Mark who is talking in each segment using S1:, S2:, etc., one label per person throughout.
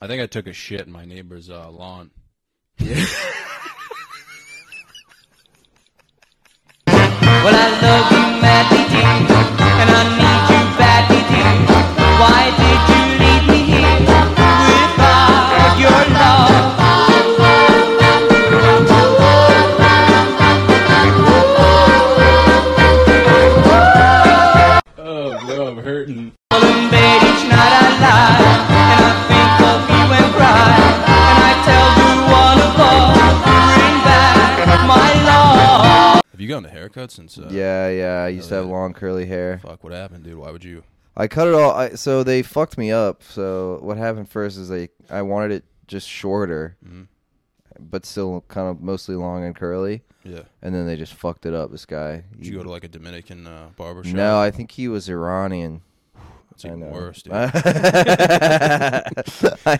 S1: I think I took a shit in my neighbor's uh, lawn.
S2: Well, I love you madly, dear, and I need you badly, dear. Why did you leave me here without your love?
S1: Oh, bro, I'm hurting.
S2: All in bed each night I lie, and I think of you and cry, and I tell you all above, bring back my love.
S1: Have you gotten a haircut since? Uh,
S3: Yeah, yeah. I used to have
S1: yeah.
S3: long curly hair.
S1: Fuck, what happened, dude? Why would you?
S3: I cut it all. I, so they fucked me up. So what happened first is I I wanted it just shorter,
S1: Mm-hmm.
S3: but still kind of mostly long and curly.
S1: Yeah.
S3: And then they just fucked it up. This guy.
S1: Did you go to like a Dominican uh, barber shop?
S3: no, I think he was Iranian.
S1: it's even
S3: I know.
S1: worse, dude.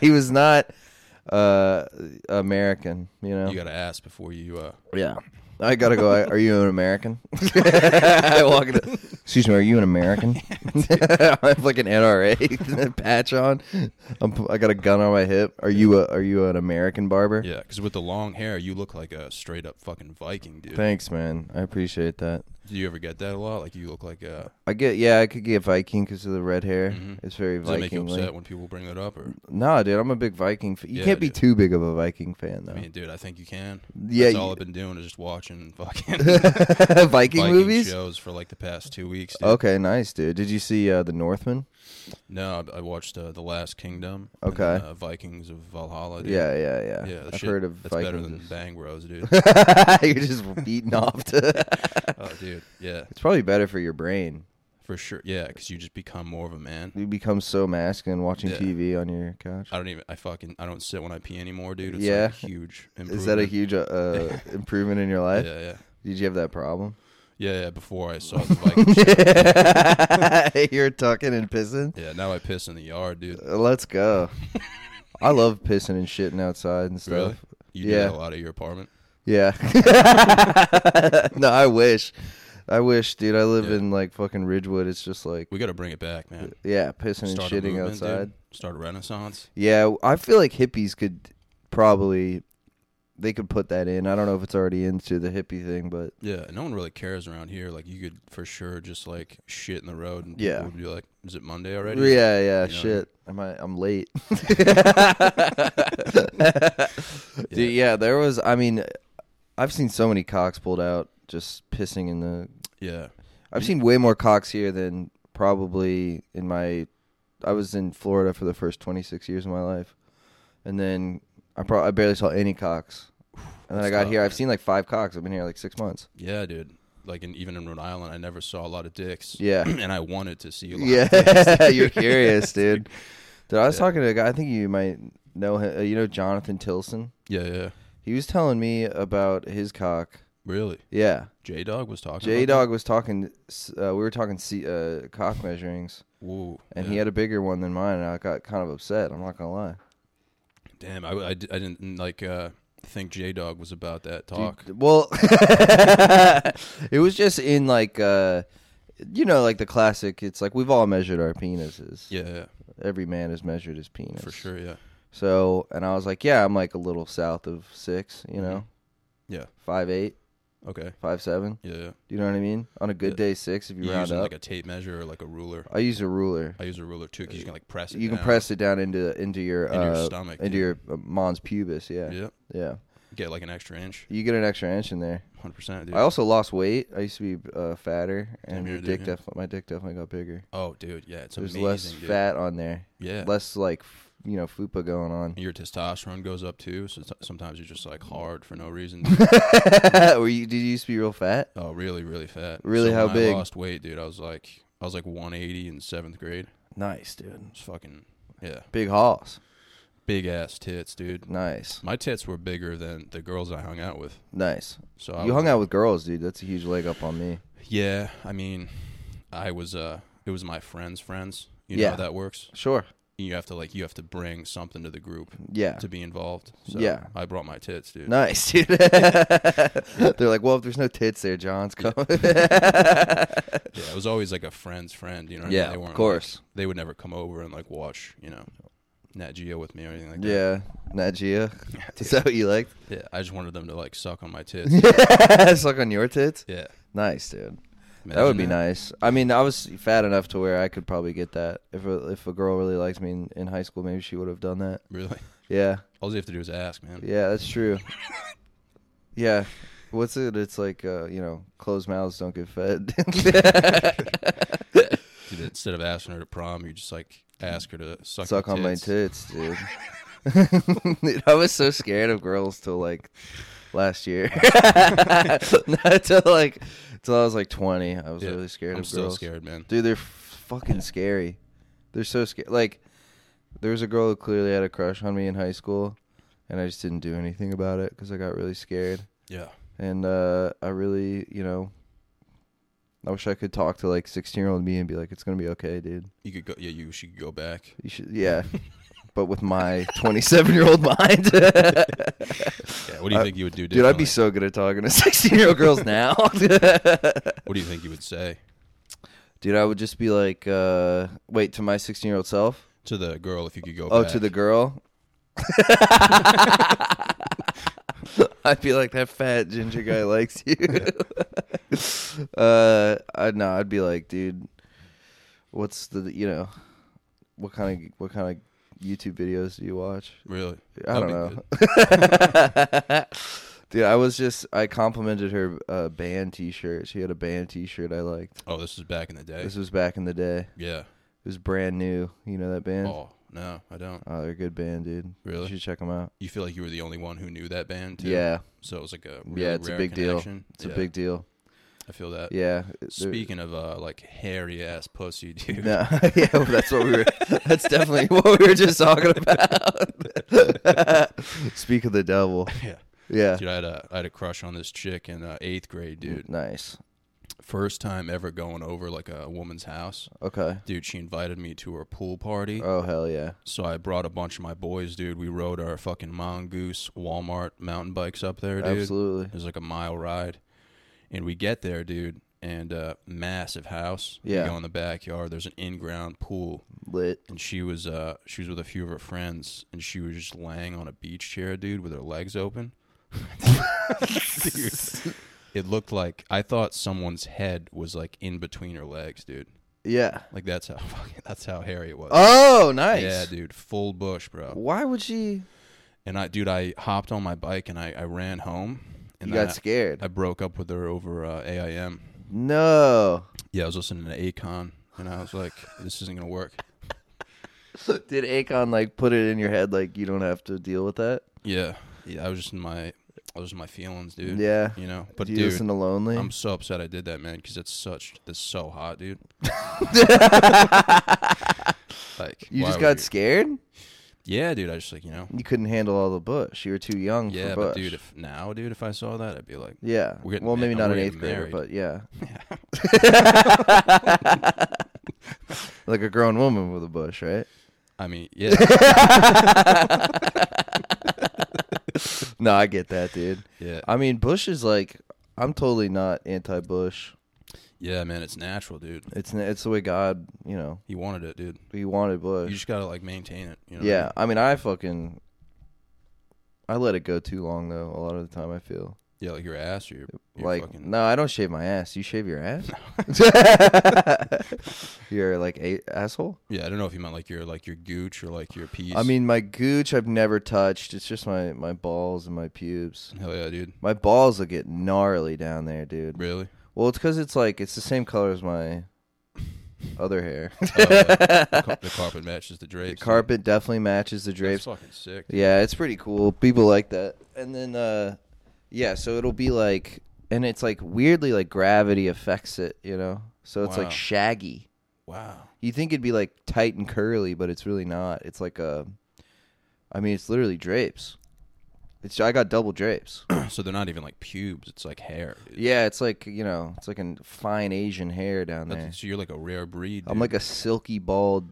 S3: he was not uh, American. You know.
S1: you gotta ask before you. Uh,
S3: yeah. I gotta go. I- Are you an American? I walk in. Excuse me. Are you an American? I have like an NRA patch on. I'm, pu- I got a gun on my hip. Are you a? Are you an American barber?
S1: yeah, because with the long hair, you look like a straight up fucking Viking, dude.
S3: Thanks, man. I appreciate that.
S1: Do you ever get that a lot? Like you look like uh, a.
S3: I get. Yeah, I could get Viking because of the red hair. It's very
S1: Mm-hmm. Does that make you upset
S3: Viking.
S1: when people bring that up? Or
S3: Nah, dude. I'm a big Viking. F- you
S1: Yeah,
S3: can't be
S1: dude.
S3: too big of a Viking fan though.
S1: I mean, dude, I think you can.
S3: Uh, Yeah,
S1: That's
S3: you-
S1: all I've been doing is just watching fucking
S3: Viking,
S1: Viking
S3: movies.
S1: shows for like the past two weeks. Dude.
S3: Okay, nice, dude. Did you see uh, the Northman?
S1: No, I, I watched uh, the Last Kingdom.
S3: Okay.
S1: and, uh, Vikings of Valhalla. Dude.
S3: Yeah, yeah, yeah.
S1: yeah. that
S3: I've
S1: shit-
S3: heard of
S1: that's better than
S3: Vikings.
S1: Bang Bros, dude.
S3: You're just beaten off. To...
S1: oh, dude, yeah,
S3: it's probably better for your brain.
S1: for sure. Yeah, because you just become more of a man.
S3: You become so masculine watching
S1: Yeah.
S3: TV on your couch.
S1: I don't even. I fucking. I don't sit when I pee anymore, dude. It's
S3: Yeah.
S1: like a huge. Improvement.
S3: Is that a huge uh, uh, improvement in your
S1: Yeah,
S3: life?
S1: yeah,
S3: Did you have that problem?
S1: yeah, yeah. Before I saw the Vikings. show.
S3: You're tucking and pissing.
S1: yeah, now I piss in the yard, dude.
S3: Uh, Let's go. I love pissing and shitting outside and stuff.
S1: Really? You do
S3: Yeah.
S1: that a lot at your apartment.
S3: Yeah. no, I wish. I wish, dude. I live
S1: Yeah.
S3: in like fucking Ridgewood. It's just like,
S1: We got to bring it back, man.
S3: yeah, pissing
S1: Start a
S3: and shitting
S1: movement,
S3: outside.
S1: Dude. Start a renaissance.
S3: Yeah, I feel like hippies could probably they could put that in. I don't know if it's already into the hippie thing, but
S1: Yeah, no one really cares around here. Like you could for sure just like shit in the road, and
S3: Yeah.
S1: people would be like, "Is it Monday already?"
S3: yeah, yeah,
S1: know.
S3: shit. I might, I'm late. Dude, yeah, there was. I mean, I've seen so many cocks pulled out just pissing in the.
S1: yeah.
S3: I've seen way more cocks here than probably in my. I was in Florida for the first 26 years of my life, and then I pro- I barely saw any cocks. And then I got
S1: tough,
S3: here. I've seen like five cocks. I've been here like six months.
S1: Yeah, dude. Like, in, even in Rhode Island, I never saw a lot of dicks.
S3: Yeah.
S1: and I wanted to see a lot. Of dicks.
S3: Yeah, you're curious, dude. Dude, I was talking to a guy. I think you might know him. uh, You know Jonathan Tilson.
S1: Yeah, yeah.
S3: He was telling me about his cock.
S1: Really?
S3: Yeah,
S1: J Dog was talking.
S3: J
S1: about
S3: Dog was talking. s- Uh, we were talking se- uh, cock measurings,
S1: that? Whoa.
S3: and
S1: yeah.
S3: he had a bigger one than mine. And I got kind of upset. I'm not gonna lie.
S1: Damn, I, I, di- I didn't like uh, think J Dog was about that talk.
S3: Dude, well, it was just in like, uh, you know, like the classic. It's like we've all measured our penises.
S1: yeah, yeah,
S3: Every man has measured his penis
S1: for sure. Yeah,
S3: So, and I was like, yeah, I'm like a little south of six, you know,
S1: Mm-hmm. yeah.
S3: five eight,
S1: Okay.
S3: five seven.
S1: Yeah. yeah.
S3: You know what I mean? On a good day, six if you,
S1: You
S3: round
S1: using
S3: up.
S1: like a tape measure or like a ruler?
S3: I use a ruler.
S1: I use a ruler too because you can like press it.
S3: You can
S1: down.
S3: press it down into into your
S1: Into your
S3: uh,
S1: stomach,
S3: into your uh, mons pubis. Yeah.
S1: Yeah.
S3: yeah.
S1: Get like an extra inch.
S3: You get an extra inch in there.
S1: Hundred percent, dude.
S3: I also lost weight. I used to be uh, fatter, and
S1: Damn,
S3: your
S1: you're a
S3: dick
S1: dude, yeah.
S3: def- my dick definitely got bigger.
S1: oh, dude. Yeah, it's
S3: There's
S1: amazing.
S3: less
S1: dude.
S3: fat on there.
S1: Yeah.
S3: Less like f- you know fupa going on.
S1: Your testosterone goes up too, so t- sometimes you're just like hard for no reason.
S3: Were you? Did you used to be real fat?
S1: oh, really, really fat.
S3: Really,
S1: So
S3: how
S1: when
S3: big?
S1: I lost weight, dude. I was like, I was like 180 in seventh grade.
S3: Nice, dude.
S1: It's fucking, yeah,
S3: Big hoss.
S1: big ass tits, dude.
S3: Nice,
S1: My tits were bigger than the girls I hung out with.
S3: nice.
S1: So I
S3: you
S1: was-
S3: hung out with girls, dude. That's a huge leg up on me.
S1: Yeah, I mean, I was. uh It was my friends' friends. You know
S3: Yeah.
S1: how that works.
S3: Sure.
S1: You have to like, you have to bring something to the group
S3: Yeah.
S1: to be involved. So
S3: Yeah.
S1: I brought my tits, dude.
S3: Nice, dude. They're like, well, if there's no tits there, John's coming.
S1: Yeah, it was always like a friend's friend, you know. What I
S3: Yeah,
S1: mean?
S3: of
S1: weren't, like-
S3: course.
S1: they would never come over and like watch, you know. Nat Geo with me or anything like that.
S3: Yeah, Nat Geo. Is that what you liked?
S1: Yeah, I just wanted them to like suck on my tits.
S3: Suck on your tits.
S1: yeah,
S3: Nice, dude. that would be
S1: Imagine
S3: nice. I mean, I was fat enough to where I could probably get that. If a, if a girl really liked me in, in high school, maybe she would have done that.
S1: Really,
S3: Yeah,
S1: all you have to do is ask, man.
S3: yeah, that's true. yeah, what's it? It's like uh, you know, closed mouths don't get fed.
S1: Dude, instead of asking her to prom, you just like ask her to suck,
S3: Suck
S1: your
S3: on my
S1: tits.
S3: tits, dude. Dude, I was so scared of girls till like last year. Not till like till I was like twenty. I was
S1: Yeah,
S3: really scared
S1: I'm
S3: of
S1: still
S3: girls.
S1: scared, man.
S3: Dude, they're f- fucking scary. They're so scary. Like, there was a girl who clearly had a crush on me in high school, and I just didn't do anything about it because I got really scared.
S1: Yeah,
S3: And uh, I really, you know, I wish I could talk to like 16 year old me and be like, it's going to be okay, dude.
S1: you could go. Yeah, you should go back.
S3: You should, yeah. but with my 27 year old mind,
S1: Yeah, what do you
S3: I-
S1: think you would do,
S3: dude, I'd be
S1: differently?
S3: so good at talking to 16 year old girls now.
S1: What do you think you would say
S3: dude, I would just be like, uh, wait, to my 16 year old self?
S1: to the girl if you could go?
S3: Oh,
S1: back?
S3: to the girl. I'd be like that fat ginger guy likes you. uh, I no, I'd be like, dude, what's the you know, what kind of what kind of YouTube videos do you watch?
S1: really?
S3: I
S1: That'd
S3: don't
S1: be
S3: know.
S1: good.
S3: dude, I was just I complimented her uh, band T-shirt. She had a band T-shirt I liked.
S1: Oh, this was back in the day.
S3: This was back in the day.
S1: yeah.
S3: It was brand new. You know that band?
S1: Oh no, I don't.
S3: Oh, they're a good band, dude.
S1: Really?
S3: You should check them out.
S1: You feel like you were the only one who knew that band. Too?
S3: Yeah.
S1: So it was like a really
S3: yeah, it's a
S1: rare
S3: big
S1: connection.
S3: deal. It's
S1: Yeah, Uh,
S3: a big deal.
S1: I feel that.
S3: Yeah. it- they're-
S1: Speaking of uh, like hairy ass pussy, dude.
S3: No, yeah, well, that's what we were. That's definitely what we were just talking about. Speak of the devil.
S1: Yeah.
S3: Yeah.
S1: Dude, I had a I had a crush on this chick in uh, eighth grade,
S3: Mm.
S1: dude.
S3: Nice.
S1: First time ever going over like a woman's house,
S3: Okay.
S1: dude. She invited me to her pool party,
S3: Oh hell yeah.
S1: so I brought a bunch of my boys, dude. We rode our fucking mongoose Walmart mountain bikes up there, dude.
S3: Absolutely.
S1: It was like a mile ride, and we get there, dude. And uh, massive house.
S3: Yeah.
S1: We go in the backyard. There's an in-ground pool,
S3: Lit.
S1: and she was uh she was with a few of her friends, and she was just laying on a beach chair, dude, with her legs open. Dude, it looked like I thought someone's head was like in between her legs, dude.
S3: Yeah.
S1: Like that's how fucking that's how hairy it was.
S3: Oh, nice.
S1: Yeah, dude, full bush, bro.
S3: Why would she?
S1: And I, dude, I hopped on my bike and I, I ran home. And
S3: You
S1: then
S3: got
S1: I-
S3: scared.
S1: I broke up with her over uh, AIM.
S3: no.
S1: Yeah, I was listening to Akon, and I was like, "This isn't gonna work."
S3: Did Akon like put it in your head like you don't have to deal with that?
S1: Yeah, yeah, I was just in my, I was in my feelings, dude.
S3: Yeah.
S1: you know. But
S3: Do you
S1: dude,
S3: listen to Lonely?
S1: I'm so upset I did that, man, because it's such, it's so hot, dude. like
S3: you
S1: why
S3: just
S1: would
S3: got scared.
S1: Yeah, dude. I just like you know.
S3: You couldn't handle all the bush. You were too young
S1: Yeah,
S3: for bush.
S1: but dude, if now, dude, if I saw that, I'd be like,
S3: yeah.
S1: we're getting
S3: Well,
S1: ma-
S3: maybe
S1: I'm
S3: not an
S1: already
S3: eighth grader,
S1: married.
S3: but yeah. like a grown woman with a bush, right?
S1: I mean, yeah,
S3: No, I get that, dude.
S1: yeah,
S3: I mean, bush is like I'm totally not anti-bush.
S1: yeah, man. It's natural, dude.
S3: It's n- it's the way God, you know,
S1: He wanted it, dude.
S3: He wanted bush.
S1: You just gotta like maintain it. You know what I
S3: yeah, I mean, I fucking I let it go too long though. A lot of the time, I feel.
S1: Yeah, like your ass or your, your
S3: like
S1: fucking.
S3: no, I don't shave my ass. You shave your ass? You're like a- asshole.
S1: Yeah, I don't know if you meant like your like your gooch or like your piece.
S3: I mean, my gooch I've never touched. It's just my my balls and my pubes.
S1: hell yeah, dude.
S3: My balls will get gnarly down there, dude.
S1: Really?
S3: Well, it's because it's like it's the same color as my other hair.
S1: Oh, yeah. the, car- the carpet matches the
S3: The
S1: drapes. dude.
S3: carpet definitely matches the
S1: That's
S3: drapes.
S1: fucking sick. dude.
S3: Yeah, it's pretty cool. People like that. And then uh yeah, so it'll be like and it's like weirdly like gravity affects it, you know. So it's
S1: Wow.
S3: like shaggy.
S1: Wow.
S3: You think it'd be like tight and curly, but it's really not. It's like a I mean, it's literally drapes. It's I got double drapes.
S1: so they're not even like pubes. It's like hair. Dude.
S3: yeah, it's like, you know, it's like a fine Asian hair down there.
S1: That's- so you're like a rare breed. Dude.
S3: I'm like a silky bald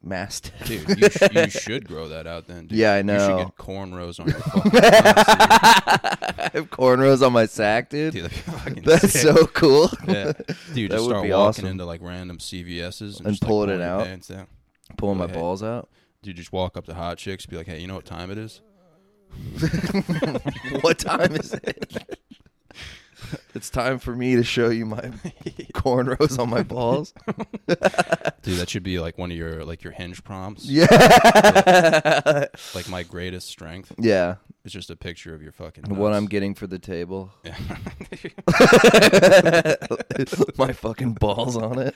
S3: mastiff.
S1: Dude, you, sh- you should grow that out then. Dude.
S3: Yeah, I
S1: You
S3: know.
S1: should get cornrows on your fucking. nuts,
S3: I have cornrows on my sack, dude.
S1: dude. Dude, that'd be fucking
S3: That's
S1: sick.
S3: so cool.
S1: Yeah. Dude,
S3: That
S1: just
S3: would
S1: start
S3: be
S1: walking
S3: awesome.
S1: into like random CVS's and,
S3: And
S1: just, like,
S3: pulling it
S1: pulling your
S3: out.
S1: pants down.
S3: Pulling my
S1: Go ahead.
S3: balls out.
S1: Do you just walk up to hot chicks, be like, "Hey, you know what time it is?"
S3: what time is it? it's time for me to show you my cornrows on my balls.
S1: Dude, that should be like one of your like your hinge prompts.
S3: Yeah.
S1: Like my greatest strength
S3: yeah.
S1: is just a picture of your fucking.
S3: What I'm
S1: nuts.
S3: getting for the table.
S1: Yeah.
S3: my fucking balls on it.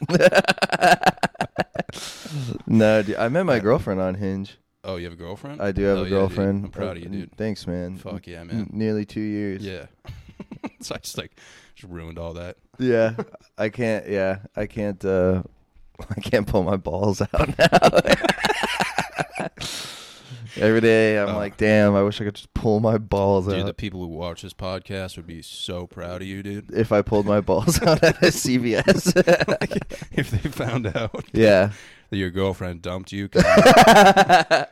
S3: no, dude, I met my girlfriend on Hinge.
S1: oh, you have a girlfriend?
S3: I do have
S1: Hell
S3: a
S1: yeah, dude.
S3: girlfriend. Uh,
S1: I'm proud of you, dude.
S3: Thanks, man.
S1: Fuck yeah,
S3: N-
S1: man.
S3: Nearly two years.
S1: Yeah. so I just like just ruined all that.
S3: Yeah, I can't. Yeah, I can't. uh I can't pull my balls out now. Every day, I'm
S1: Oh.
S3: like, damn. I wish I could just pull my balls
S1: Dude, the
S3: out.
S1: people who watch this podcast would be so proud of you, dude.
S3: If I pulled my balls out at a CVS,
S1: if they found out
S3: yeah,
S1: that your girlfriend dumped you 'cause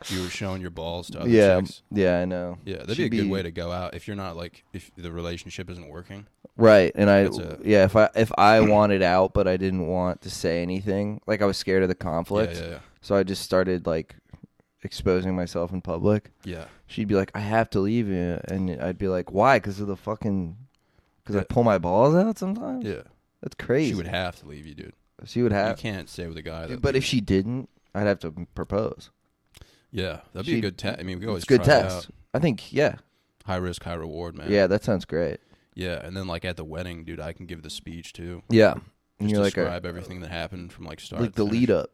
S1: you were showing your balls to other
S3: yeah,
S1: chicks.
S3: yeah. I know.
S1: Oh, Yeah, that'd
S3: She'd
S1: be a good way to go out if you're not like if the relationship isn't working.
S3: Right, and I
S1: That's a-
S3: yeah, if I if I wanted out but I didn't want to say anything, like I was scared of the conflict,
S1: Yeah, yeah, yeah.
S3: so I just started like exposing myself in public.
S1: Yeah.
S3: She'd be like, "I have to leave you," and I'd be like, "Why? Because of the fucking." Because I pull my balls out sometimes.
S1: Yeah.
S3: That's crazy.
S1: She would have to leave you, dude. You
S3: have.
S1: can't stay with a guy that
S3: Uh, but if she didn't, I'd have to propose.
S1: Yeah, that'd be
S3: she-
S1: a good test. I mean, we could always
S3: It's a good
S1: try it
S3: test.
S1: out.
S3: I think. Yeah.
S1: High risk, high reward, man.
S3: Yeah, that sounds great.
S1: Yeah, and then like at the wedding, dude, I can give the speech too.
S3: Yeah. And
S1: Just
S3: you're like, a,
S1: describe everything that happened from like start
S3: like
S1: to
S3: the
S1: finish.
S3: lead up.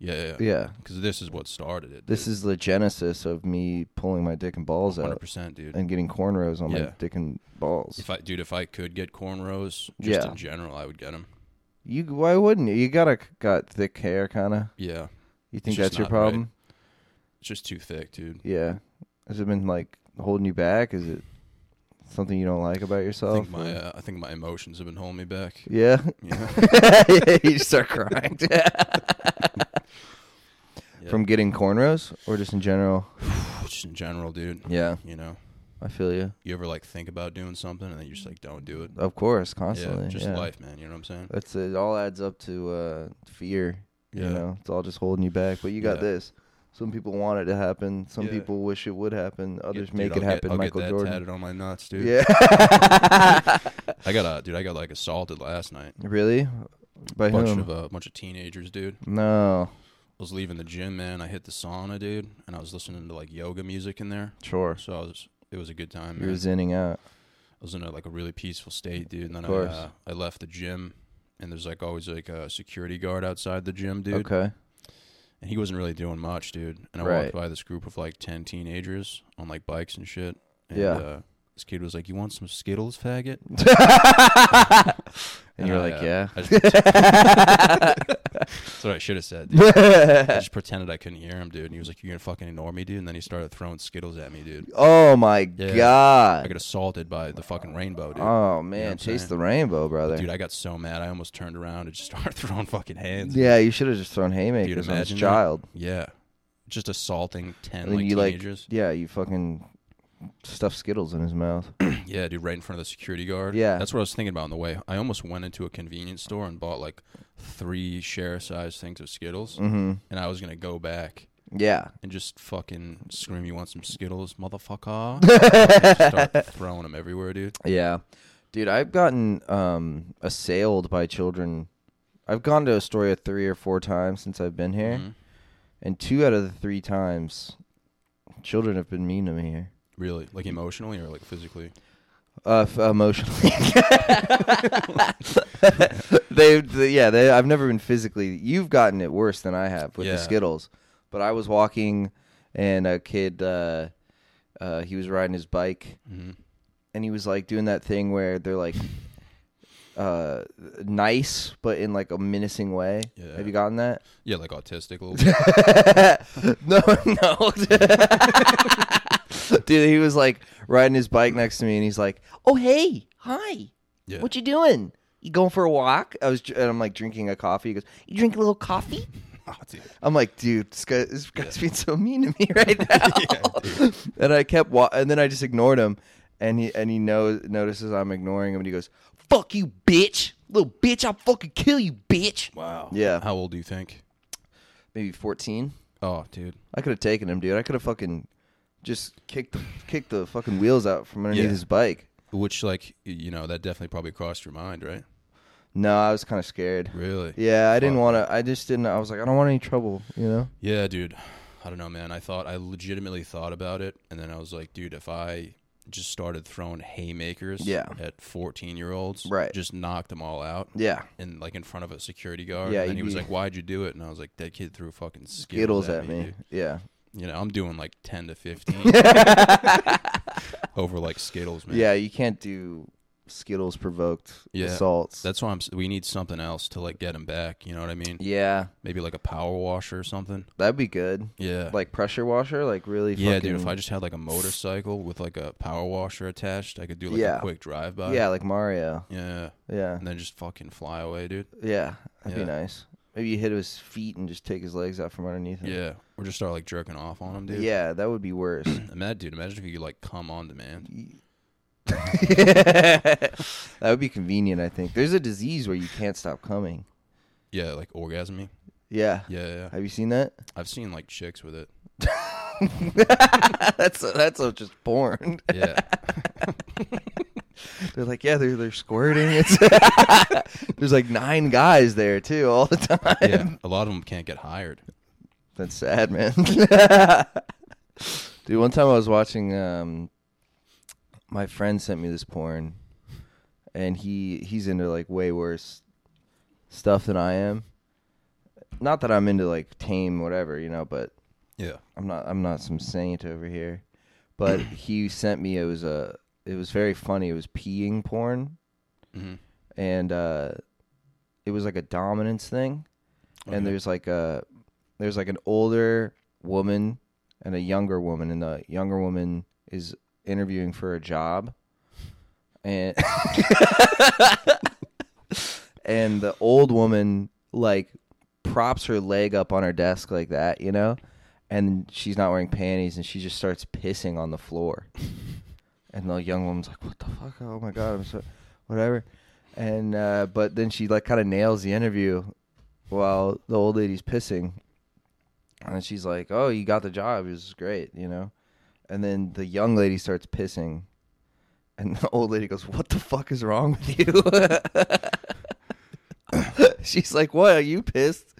S1: Yeah, yeah.
S3: Yeah.
S1: Because this is what started it.
S3: This is the genesis of me pulling my dick and balls
S1: hundred
S3: out.
S1: percent, dude.
S3: and getting cornrows on my
S1: Yeah.
S3: dick and balls.
S1: If I, dude, if I could get cornrows, just
S3: Yeah.
S1: in general, I would get them.
S3: You why wouldn't you? You gotta got thick hair, kind of.
S1: Yeah,
S3: You think
S1: just
S3: that's your
S1: not right.
S3: problem?
S1: it's just too thick, dude.
S3: Yeah. Has it been like holding you back? Is it something you don't like about
S1: I
S3: yourself?
S1: think my, uh, I think my emotions have been holding me back.
S3: yeah.
S1: Yeah.
S3: yeah, you just start crying
S1: Yeah.
S3: from getting cornrows, or just in general.
S1: just in general, dude.
S3: Yeah,
S1: You know,
S3: I feel you.
S1: you ever like think about doing something and then you just like don't do it.
S3: Of course,
S1: Yeah,
S3: constantly.
S1: just
S3: yeah.
S1: life, man. You know what I'm saying?
S3: That's it. All adds up to uh, fear.
S1: Yeah.
S3: You know, it's all just holding you back. But you got
S1: Yeah.
S3: this. Some people want it to happen. Some
S1: Yeah.
S3: people wish it would happen.
S1: Yeah,
S3: Others
S1: dude,
S3: make
S1: I'll
S3: it
S1: get-
S3: happen.
S1: I'll
S3: Michael
S1: get that
S3: Jordan.
S1: tatted on my nuts, dude.
S3: Yeah.
S1: I got a dude. I got like assaulted last night.
S3: really? By
S1: A bunch
S3: whom?
S1: of uh, a bunch of teenagers, dude.
S3: no.
S1: I was leaving the gym, man. I hit the sauna, dude, and I was listening to like yoga music in there.
S3: Sure.
S1: So I was, it was a good time.
S3: You're
S1: Man.
S3: zinning out.
S1: I was in a, like a really peaceful state, dude. And then I,
S3: course.
S1: uh, I left the gym, and there's like always like a security guard outside the gym, dude.
S3: Okay.
S1: And he wasn't really doing much, dude. And I
S3: Right.
S1: walked by this group of like ten teenagers on like bikes and shit. And,
S3: Yeah.
S1: Uh, this kid was like, "You want some Skittles, faggot?"
S3: And you're
S1: I,
S3: like,
S1: uh,
S3: yeah.
S1: I just- That's what I should have said, dude. I just pretended I couldn't hear him, dude. And he was like, "You're gonna fucking ignore me, dude." And then he started throwing Skittles at me, dude.
S3: oh my
S1: Yeah. I
S3: god.
S1: got assaulted by the fucking rainbow, dude.
S3: Oh
S1: You know what
S3: man,
S1: I'm
S3: chase
S1: saying?
S3: the rainbow, brother.
S1: Dude, I got so mad, I almost turned around and just started throwing fucking hands.
S3: yeah, you should have just thrown haymakers on his
S1: imagine that?
S3: child.
S1: Yeah. just assaulting ten
S3: And
S1: like
S3: you like-
S1: teenagers.
S3: Yeah, you fucking stuff Skittles in his mouth.
S1: yeah, dude, right in front of the security guard.
S3: Yeah.
S1: that's what I was thinking about on the way. I almost went into a convenience store and bought like three share size things of Skittles,
S3: mm-hmm.
S1: and I was gonna go back
S3: Yeah.
S1: and just fucking scream, "You want some Skittles, motherfucker!" And just start throwing them everywhere, dude.
S3: Yeah. Dude, I've gotten um assailed by children. I've gone to Astoria three or four times since I've been here,
S1: Mhm.
S3: and two out of the three times, children have been mean to me here,
S1: Really, like emotionally or like physically?
S3: uh, f- emotionally. they, they, yeah, they. I've never been physically. You've gotten it worse than I have with
S1: Yeah.
S3: the Skittles, but I was walking, and a kid, uh, uh, he was riding his bike,
S1: Mm-hmm.
S3: and he was like doing that thing where they're like uh nice but in like a menacing way
S1: Yeah.
S3: have you gotten that
S1: Yeah, like autistic a little bit.
S3: no no dude he was like riding his bike next to me and he's like oh hey hi
S1: Yeah.
S3: what you doing you going for a walk i was and i'm like drinking a coffee he goes you drink a little coffee
S1: Oh, dude.
S3: i'm like dude this, guy, this guy's being so mean to me right now
S1: Yeah, dude.
S3: and I kept wa- and then I just ignored him, and he and he knows notices I'm ignoring him, and he goes, "Fuck you, bitch, little bitch, I'll fucking kill you, bitch."
S1: Wow.
S3: Yeah.
S1: How old do you think?
S3: Maybe 14.
S1: Oh, dude.
S3: I could have taken him, dude. I could have fucking just kicked the, kicked the fucking wheels out from underneath
S1: Yeah.
S3: his bike.
S1: Which, like, y- you know, that definitely probably crossed your mind, right?
S3: No, I was kind of scared.
S1: Really?
S3: Yeah, I didn't
S1: Fuck.
S3: want to. I just didn't. I was like, I don't want any trouble, you know?
S1: Yeah, dude. I don't know, man. I thought I legitimately thought about it, and then I was like, dude, if I just started throwing haymakers
S3: Yeah.
S1: at 14 year olds,
S3: Right.
S1: just knocked them all out,
S3: Yeah.
S1: and like in front of a security guard,
S3: Yeah,
S1: and then he
S3: you'd
S1: was
S3: be-
S1: like, why'd you do it? And I was like, that kid threw fucking skittles,
S3: Skittles at me.
S1: dude."
S3: Yeah.
S1: You know, I'm doing like 10 to 15 over like skittles, man.
S3: Yeah, you can't do Skittles provoked
S1: Yeah.
S3: assaults.
S1: That's why I'm. s- We need something else to like get him back. You know what I mean?
S3: yeah,
S1: Maybe like a power washer or something.
S3: that'd be good.
S1: Yeah.
S3: Like pressure washer, like really
S1: yeah,
S3: fucking.
S1: dude. If I just had like a motorcycle with like a power washer attached, I could do like
S3: Yeah.
S1: a quick drive by.
S3: yeah, like Mario.
S1: Yeah.
S3: Yeah.
S1: And then just fucking fly away, dude.
S3: Yeah, that'd
S1: Yeah.
S3: be nice. Maybe you hit his feet and just take his legs out from underneath him.
S1: Yeah. Or just start like jerking off on him, dude.
S3: Yeah, that would be worse.
S1: Imagine, dude. Imagine if you could like come on demand.
S3: that would be convenient, I think. There's a disease where you can't stop coming.
S1: Yeah, like orgasm me.
S3: Yeah.
S1: Yeah, yeah. yeah.
S3: Have you seen that?
S1: I've seen like chicks with it.
S3: that's that's just porn.
S1: Yeah.
S3: They're like, yeah, they're they're squirting. It's there's like nine guys there too all the time.
S1: yeah. A lot of them can't get hired.
S3: That's sad, man. Dude, one time I was watching um my friend sent me this porn and he he's into like way worse stuff than I am. Not that I'm into like tame whatever, you know, but
S1: Yeah.
S3: I'm not I'm not some saint over here. But he sent me it was a it was very funny. It was peeing porn
S1: hmm
S3: and uh it was like a dominance thing and
S1: Okay.
S3: there's like a there's like an older woman and a younger woman and the younger woman is interviewing for a job and and the old woman like props her leg up on her desk like that you know and she's not wearing panties and she just starts pissing on the floor and the young woman's like what the fuck oh my god i'm so whatever and uh but then she like kind of nails the interview while the old lady's pissing. And she's like, "Oh, you got the job. It was great, you know." And then the young lady starts pissing, and the old lady goes, "What the fuck is wrong with you?" she's like, "What? Are you pissed?"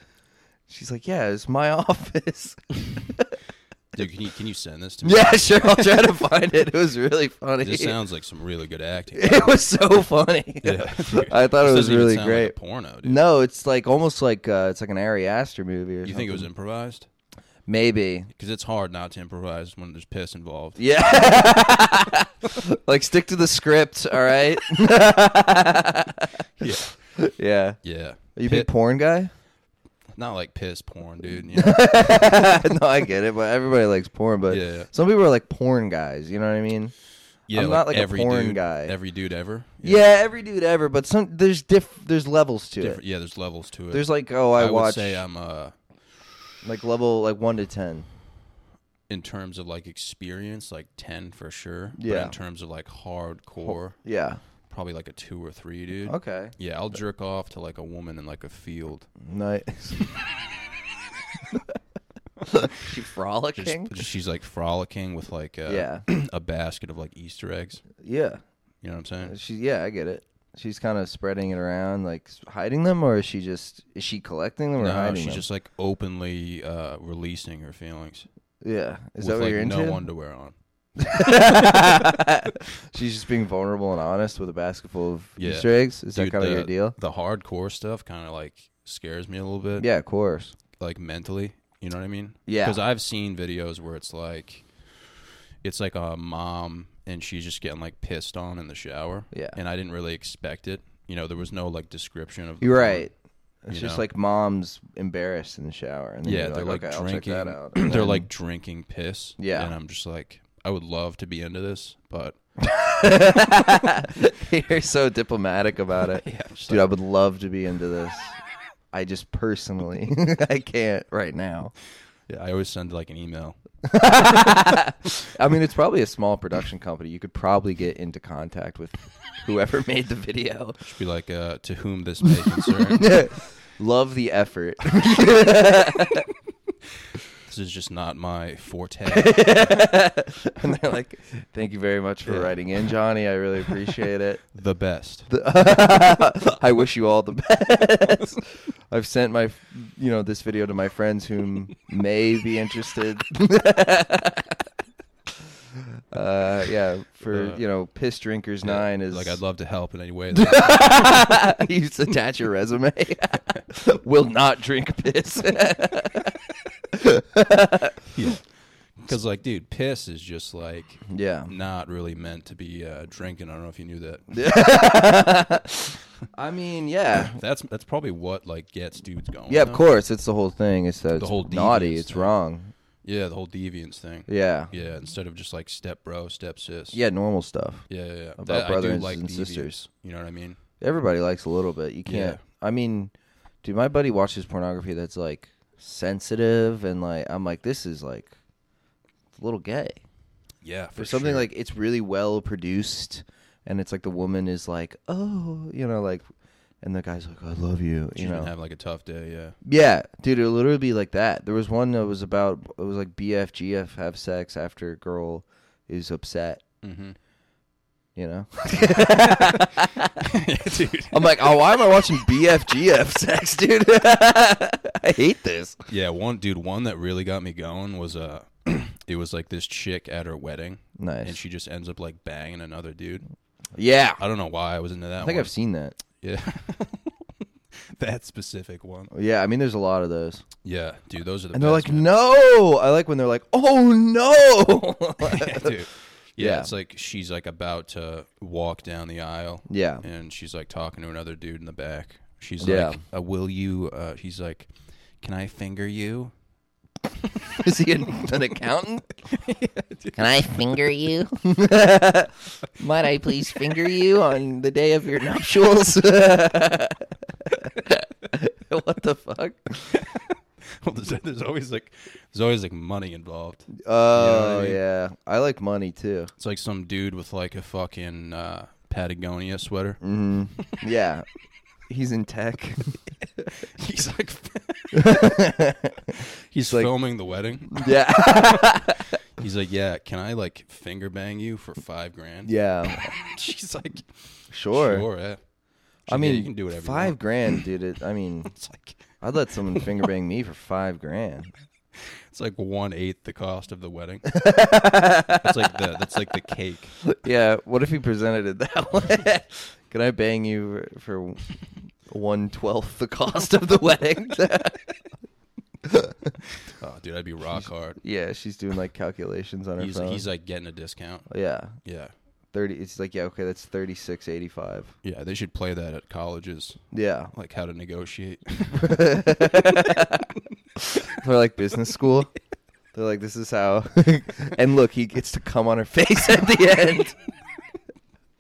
S3: She's like, "Yeah, it's my office."
S1: Dude, can you can you send this to me?
S3: yeah, sure. I'll try to find it. It was really funny.
S1: This sounds like some really good acting.
S3: it was so funny.
S1: Yeah.
S3: I thought
S1: This
S3: it was
S1: doesn't even
S3: really
S1: sound like
S3: great.
S1: a porno, dude.
S3: no, it's like almost like uh, it's like an Ari Aster movie. Or
S1: You think it was improvised?
S3: Maybe.
S1: Because it's hard not to improvise when there's piss involved.
S3: Yeah. like stick to the script, all right?
S1: Yeah.
S3: yeah.
S1: Yeah.
S3: Are you a big
S1: Pi-
S3: porn guy?
S1: not like piss porn, dude. you know?
S3: no, I get it, but everybody likes porn, but
S1: Yeah.
S3: some people are like porn guys, you know what I mean?
S1: yeah,
S3: I'm not like a
S1: every
S3: porn
S1: dude,
S3: guy.
S1: Every dude ever.
S3: Yeah, every dude ever, but some there's diff there's levels to
S1: Different,
S3: it.
S1: yeah, there's levels to it.
S3: There's like oh I,
S1: would
S3: watch
S1: say I'm uh
S3: like level like 1 to 10.
S1: in terms of like experience, like ten for sure. But
S3: Yeah.
S1: in terms of like hardcore,
S3: Yeah.
S1: probably like a two or three, dude.
S3: Okay.
S1: Yeah, I'll jerk off to like a woman in like a field.
S3: Nice. she
S1: Just-
S3: frolicking?
S1: just- she's like frolicking with like a, a basket of like Easter eggs.
S3: yeah.
S1: You know what I'm saying?
S3: She, yeah, I get it. She's kind of spreading it around, like s- hiding them, or is she just is she collecting them or
S1: No,
S3: hiding
S1: she's
S3: them?
S1: just like openly uh, releasing her feelings
S3: yeah,
S1: with
S3: is that what
S1: like
S3: you're into?
S1: no underwear on.
S3: she's just being vulnerable and honest with a basket full of
S1: Yeah.
S3: Easter eggs. Is that
S1: Dude,
S3: kind of
S1: the,
S3: your deal?
S1: The hardcore stuff kind of like scares me a little bit.
S3: Yeah, of course.
S1: Like mentally, you know what I mean?
S3: Yeah.
S1: Because I've seen videos where it's like, it's like a mom and she's just getting like pissed on in the shower.
S3: Yeah.
S1: And I didn't really expect it. You know, there was no like description of. the
S3: You're
S1: porn.
S3: right. It's
S1: You
S3: just
S1: know.
S3: like mom's embarrassed in the shower, and then
S1: Yeah,
S3: you're
S1: they're like,
S3: like, okay,
S1: drinking.
S3: I'll check that out. and
S1: they're
S3: then-
S1: like drinking piss.
S3: Yeah.
S1: And I'm just like, I would love to be into this, but
S3: you're so diplomatic about it.
S1: yeah, I'm just
S3: Dude, I
S1: like,
S3: would love to be into this. I just personally, I can't right now.
S1: yeah, I always send like an email.
S3: I mean, it's probably a small production company. You could probably get into contact with whoever made the video.
S1: Just be like, uh, to whom this may concern.
S3: Love the effort.
S1: This this is just not my forte.
S3: and they're like, "Thank you very much for
S1: Yeah.
S3: writing in, Johnny. I really appreciate it.
S1: the best.
S3: The- I wish you all the best. I've sent my, you know, this video to my friends whom may be interested. uh, yeah, for
S1: Uh,
S3: you know, piss drinkers nine is
S1: like I'd love to help in any way.
S3: you just attach your resume. Will not drink piss.
S1: Because like, dude, piss is just like
S3: yeah.
S1: not really meant to be uh, drinking. I don't know if you knew that.
S3: I mean, yeah.
S1: That's that's probably what like gets dudes going.
S3: Yeah, of
S1: though.
S3: course. It's the whole thing. It's that it's
S1: whole
S3: naughty.
S1: deviance
S3: It's
S1: thing.
S3: wrong.
S1: Yeah, the whole deviance thing.
S3: Yeah. yeah.
S1: Yeah, instead of just like step bro, step sis.
S3: normal stuff.
S1: yeah, yeah. yeah.
S3: About
S1: That- I do
S3: brothers
S1: like
S3: and
S1: deviance,
S3: sisters.
S1: You know what I mean?
S3: Everybody likes a little bit. You can't. I mean, dude, my buddy watches pornography that's like sensitive and like I'm like this is like it's a little gay.
S1: Yeah, for
S3: For something
S1: sure.
S3: like it's really well produced and it's like the woman is like, "Oh, you know, like and the guy's like, "I love you,"
S1: she's
S3: you know.
S1: been having like a tough day. Yeah,
S3: Yeah, dude, it'll literally be like that. There was one that was about it was like BFGF have sex after a girl is upset,
S1: mm-hmm.
S3: you know.
S1: dude.
S3: I'm like, oh, why am I watching BFGF sex, dude? I hate this.
S1: Yeah, one dude, one that really got me going was uh it was like this chick at her wedding and
S3: Nice.
S1: she just ends up like banging another dude.
S3: Yeah,
S1: I don't know why I was into that
S3: I think
S1: one.
S3: I've seen that.
S1: yeah. that specific one.
S3: Yeah, I mean, there's a lot of those,
S1: Yeah, dude, those are the
S3: and they're
S1: best,
S3: like, no. I like when they're like, oh no.
S1: man. yeah, dude. Yeah,
S3: Yeah.
S1: it's like she's like about to walk down the aisle
S3: yeah,
S1: and she's like talking to another dude in the back. She's
S3: Yeah.
S1: like, uh, "Will you?" Uh, he's like, "Can I finger you?"
S3: is he an, an accountant?
S4: Can I finger you? Might I please finger you on the day of your nuptials?
S3: Jules. what the fuck?
S1: Well, there's, there's always like, there's always like money involved.
S3: Oh
S1: I mean?
S3: yeah, I like money too.
S1: It's like some dude with like a fucking uh, Patagonia sweater.
S3: Mm. Yeah, he's in tech.
S1: He's like,
S3: he's
S1: filming the wedding.
S3: yeah,
S1: He's like, yeah, can I like finger bang you for five grand?
S3: yeah,
S1: She's like,
S3: sure.
S1: sure. yeah. She's
S3: I
S1: like,
S3: mean,
S1: yeah, you can do whatever. you
S3: Five
S1: want."
S3: grand, dude. It, I mean,
S1: It's like,
S3: I'd let someone finger bang me for five grand.
S1: it's like one eighth the cost of the wedding. that's like the that's like the cake.
S3: Yeah. What if he presented it that way? Can I bang you for one twelfth the cost of the wedding?
S1: Oh, dude, I'd be rock hard.
S3: yeah, she's doing like calculations on her
S1: He's
S3: phone.
S1: he's like getting a discount.
S3: yeah,
S1: Yeah,
S3: thirty. It's like yeah, okay, that's thirty six eighty five.
S1: yeah. They should play that at colleges,
S3: Yeah,
S1: like how to negotiate.
S3: They're like business school. They're like, this is how. and look, he gets to come on her face at the end.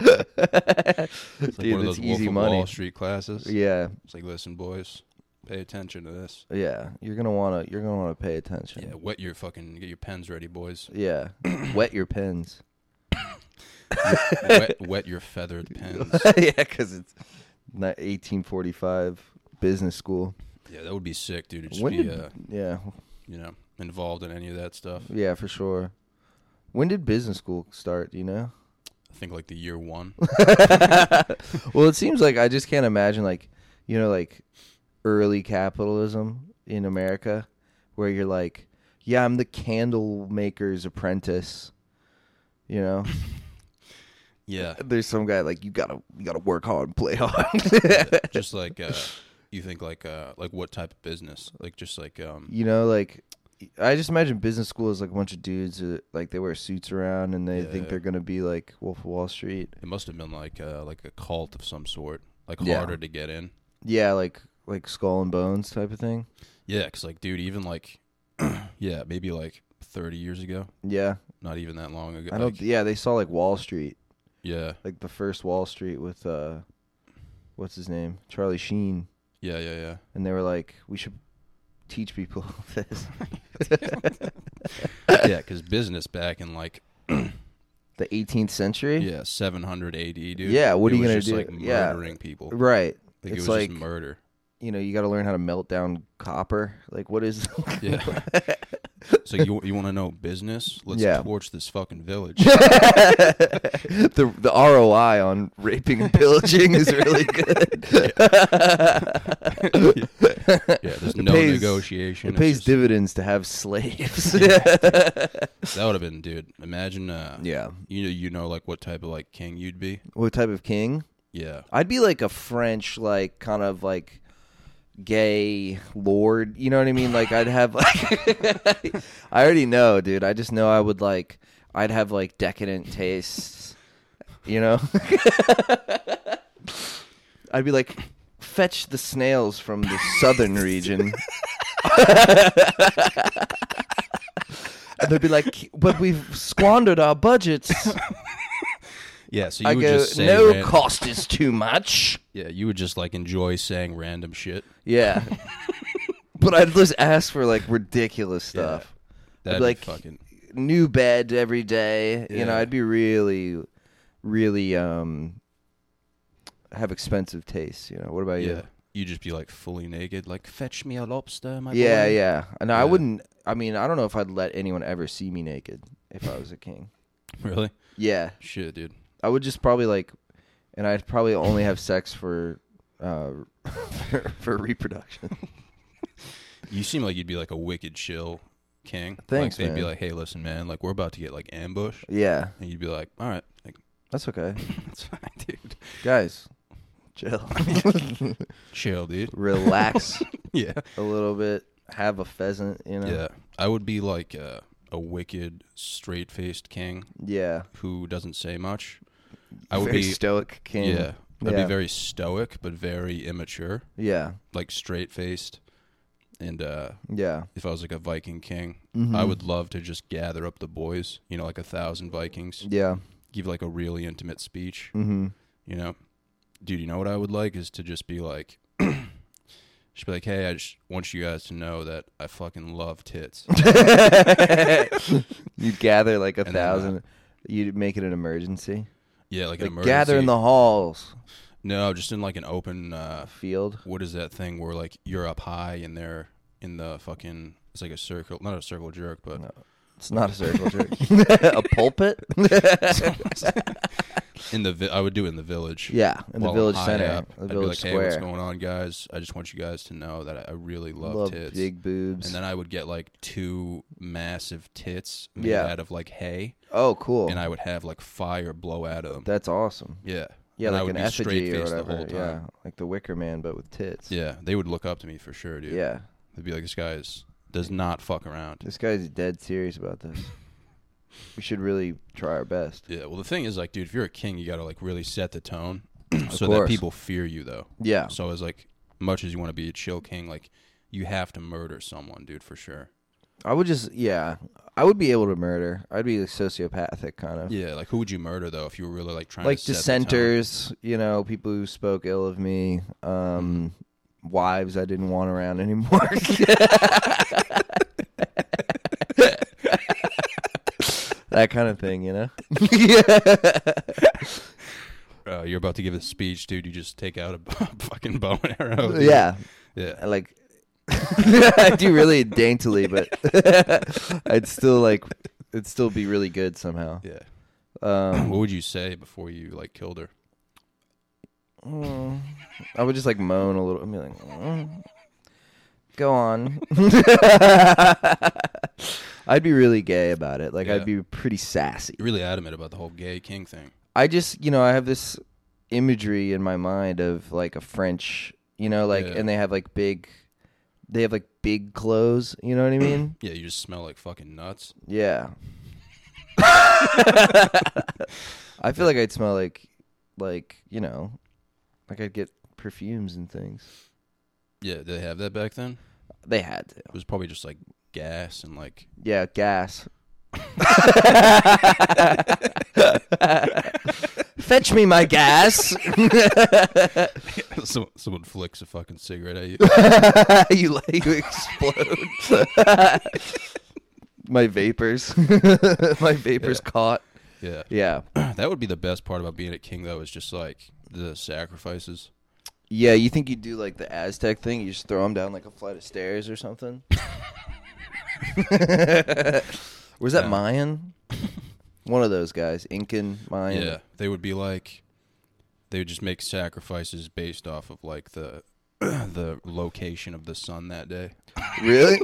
S1: It's like
S3: Dude,
S1: one of
S3: that's
S1: those Wolf
S3: easy
S1: of
S3: money.
S1: Wall Street classes.
S3: Yeah,
S1: It's like, listen, boys, pay attention to this.
S3: yeah. You're gonna wanna. You're gonna wanna pay attention.
S1: Yeah, wet your fucking get your pens ready, boys.
S3: Yeah. Wet your pens.
S1: wet, wet your feathered pens.
S3: yeah, because it's not 1845 business school.
S1: Yeah, that would be sick, dude. to Just
S3: When
S1: be
S3: did-
S1: uh,
S3: Yeah,
S1: you know involved in any of that stuff.
S3: yeah, for sure. When did business school start? Do you know?
S1: I think like the year one.
S3: Well, it seems like I just can't imagine like you know like early capitalism in America where you're like, yeah, I'm the candle maker's apprentice. You know,
S1: yeah,
S3: there's some guy like you gotta you gotta work hard and play hard.
S1: just like uh, you think like uh, like what type of business? Like just like um,
S3: you know, like I just imagine business school is like a bunch of dudes that like they wear suits around and they think
S1: Yeah.
S3: they're gonna be like Wolf of Wall Street.
S1: it must have been like uh, like a cult of some sort. Like
S3: Yeah.
S1: harder to get in.
S3: Yeah, like like skull and bones type of thing.
S1: Yeah, because like dude, even like yeah, maybe like thirty years ago,
S3: Yeah,
S1: not even that long ago.
S3: I don't.
S1: like,
S3: yeah, they saw like Wall Street,
S1: yeah,
S3: like the first Wall Street with uh, what's his name, Charlie Sheen,
S1: yeah, yeah, yeah.
S3: and they were like, we should teach people this.
S1: yeah, because business back in like
S3: The 18th century.
S1: yeah 700 AD, dude.
S3: Yeah, what are
S1: it
S3: you
S1: was
S3: gonna
S1: just,
S3: do?
S1: Like
S3: Yeah.
S1: murdering people.
S3: Right.
S1: Like, it was
S3: it's like
S1: just murder.
S3: you know, you got to learn how to melt down copper. Like, what is?
S1: Yeah. so you you want to know business? Let's
S3: Yeah.
S1: torch this fucking village.
S3: the the ROI on raping and pillaging is really good.
S1: Yeah, there's no
S3: pays-
S1: negotiation.
S3: It
S1: It's
S3: pays
S1: just-
S3: dividends to have slaves.
S1: that would have been, dude. Imagine, uh,
S3: yeah.
S1: you know, you know, like what type of like king you'd be.
S3: What type of king?
S1: Yeah,
S3: I'd be like a French, like kind of like gay lord. You know what I mean? Like I'd have like I already know, dude. I just know I would like I'd have like decadent tastes. You know? I'd be like fetch the snails from the southern region. and they'd be like, but we've squandered our budgets.
S1: yeah. So you
S3: I
S1: would
S3: go,
S1: just say
S3: no
S1: ran-
S3: cost is too much.
S1: Yeah, you would just like enjoy saying random shit.
S3: Yeah. but I'd just ask for like ridiculous stuff.
S1: That'd
S3: like-
S1: be fucking.
S3: New bed every day. You know,
S1: Yeah.
S3: I'd be really, really um have expensive tastes. You know, what about
S1: Yeah.
S3: you?
S1: You'd just be like fully naked, like fetch me a lobster, my
S3: Yeah,
S1: boy."
S3: yeah. And I
S1: Yeah.
S3: wouldn't. I mean, I don't know if I'd let anyone ever see me naked if I was a king.
S1: Really?
S3: Yeah,
S1: Shit, dude.
S3: I would just probably like, and I'd probably only have sex for, uh, for reproduction.
S1: You seem like you'd be like a wicked chill king.
S3: Thanks,
S1: Like, they'd be
S3: man.
S1: like, hey, listen, man, like we're about to get like ambushed,
S3: Yeah,
S1: and you'd be like, all right, like
S3: that's okay,
S1: that's fine, dude.
S3: guys. Chill,
S1: Chill, dude.
S3: relax.
S1: Yeah.
S3: a little bit. Have a pheasant, you know.
S1: Yeah. I would be like a, a wicked, straight faced king
S3: Yeah.
S1: who doesn't say much. I would
S3: very
S1: be
S3: stoic king.
S1: yeah. I'd
S3: Yeah.
S1: be very stoic but very immature,
S3: Yeah.
S1: like straight faced. And uh
S3: Yeah.
S1: if I was like a Viking king, I
S3: Mm-hmm.
S1: would love to just gather up the boys, you know, like a thousand Vikings,
S3: Yeah.
S1: give like a really intimate speech,
S3: Mm-hmm.
S1: you know. Dude, you know what I would like is to just be like just be like, "Hey, I just want you guys to know that I fucking love tits."
S3: You'd gather like a
S1: And then, uh,
S3: thousand. You'd make it an emergency.
S1: Yeah, like, an
S3: Like,
S1: emergency.
S3: gather in the halls,
S1: No, just in like an open. Uh,
S3: field.
S1: what is that thing where like you're up high and they're in the fucking? It's like a circle, not a circle jerk, but
S3: It's not a circle jerk. a pulpit.
S1: in the vi- I would do it in the village.
S3: Yeah, in the
S1: while I'm
S3: village
S1: high
S3: center,
S1: up.
S3: the
S1: I'd be
S3: village
S1: like, hey,
S3: square.
S1: what's going on, guys? I just want you guys to know that I- I really love,
S3: Love
S1: tits.
S3: big boobs.
S1: and then I would get like two massive tits made
S3: Yeah.
S1: out of like hay,
S3: oh, cool.
S1: and I would have like fire blow out of them.
S3: That's awesome.
S1: yeah,
S3: Yeah,
S1: and I
S3: like
S1: would
S3: an
S1: be straight
S3: effigy or
S1: faced
S3: whatever.
S1: the whole
S3: Yeah,
S1: time.
S3: like the Wicker Man, but with tits.
S1: Yeah. they would look up to me for sure, dude.
S3: Yeah.
S1: they'd be like, this guy is, does not fuck around.
S3: This guy's dead serious about this. we should really try our best.
S1: Yeah, well, the thing is, like, dude, if you're a king, you gotta like really set the tone, so that
S3: course.
S1: people fear you, though.
S3: Yeah.
S1: So as like much as you want to be a chill king, like you have to murder someone, dude, for sure.
S3: I would just, yeah, I would be able to murder. I'd be like sociopathic, kind of.
S1: Yeah, like who would you murder though if you were really like trying
S3: Like
S1: to set the
S3: dissenters, you know, people who spoke ill of me, um, wives I didn't want around anymore. that kind of thing, you know?
S1: tone? Uh, you're about to give a speech, dude. You just take out a b- fucking bow and arrow. dude.
S3: Yeah.
S1: yeah.
S3: Like, I do really daintily, but I'd still like, it'd still be really good somehow.
S1: Yeah.
S3: Um,
S1: What would you say before you like killed her?
S3: Mm. I would just like moan a little and be like, mm. go on. I'd be really gay about it. Like,
S1: Yeah.
S3: I'd be pretty sassy.
S1: You're really adamant about the whole gay king thing.
S3: I just, you know, I have this imagery in my mind of like a French, you know, like,
S1: Yeah.
S3: and they have like big, they have like big clothes. You know what I mean?
S1: Yeah, you just smell like fucking nuts.
S3: yeah. I feel like I'd smell like, like, you know, like I'd get perfumes and things.
S1: Yeah, did they have that back then?
S3: They had to.
S1: It was probably just like gas and like
S3: Yeah, gas. Fetch me my gas.
S1: Some, someone flicks a fucking cigarette at you.
S3: you like you explode. my vapors. my vapors caught.
S1: Yeah,
S3: Yeah.
S1: that would be the best part about being a king, though, is just like the sacrifices.
S3: Yeah, you think you do like the Aztec thing? You just throw them down like a flight of stairs or something? Was that
S1: No.
S3: Mayan? One of those guys, Incan Mayan.
S1: Yeah, they would be like, they would just make sacrifices based off of like the the location of the sun that day.
S3: Really?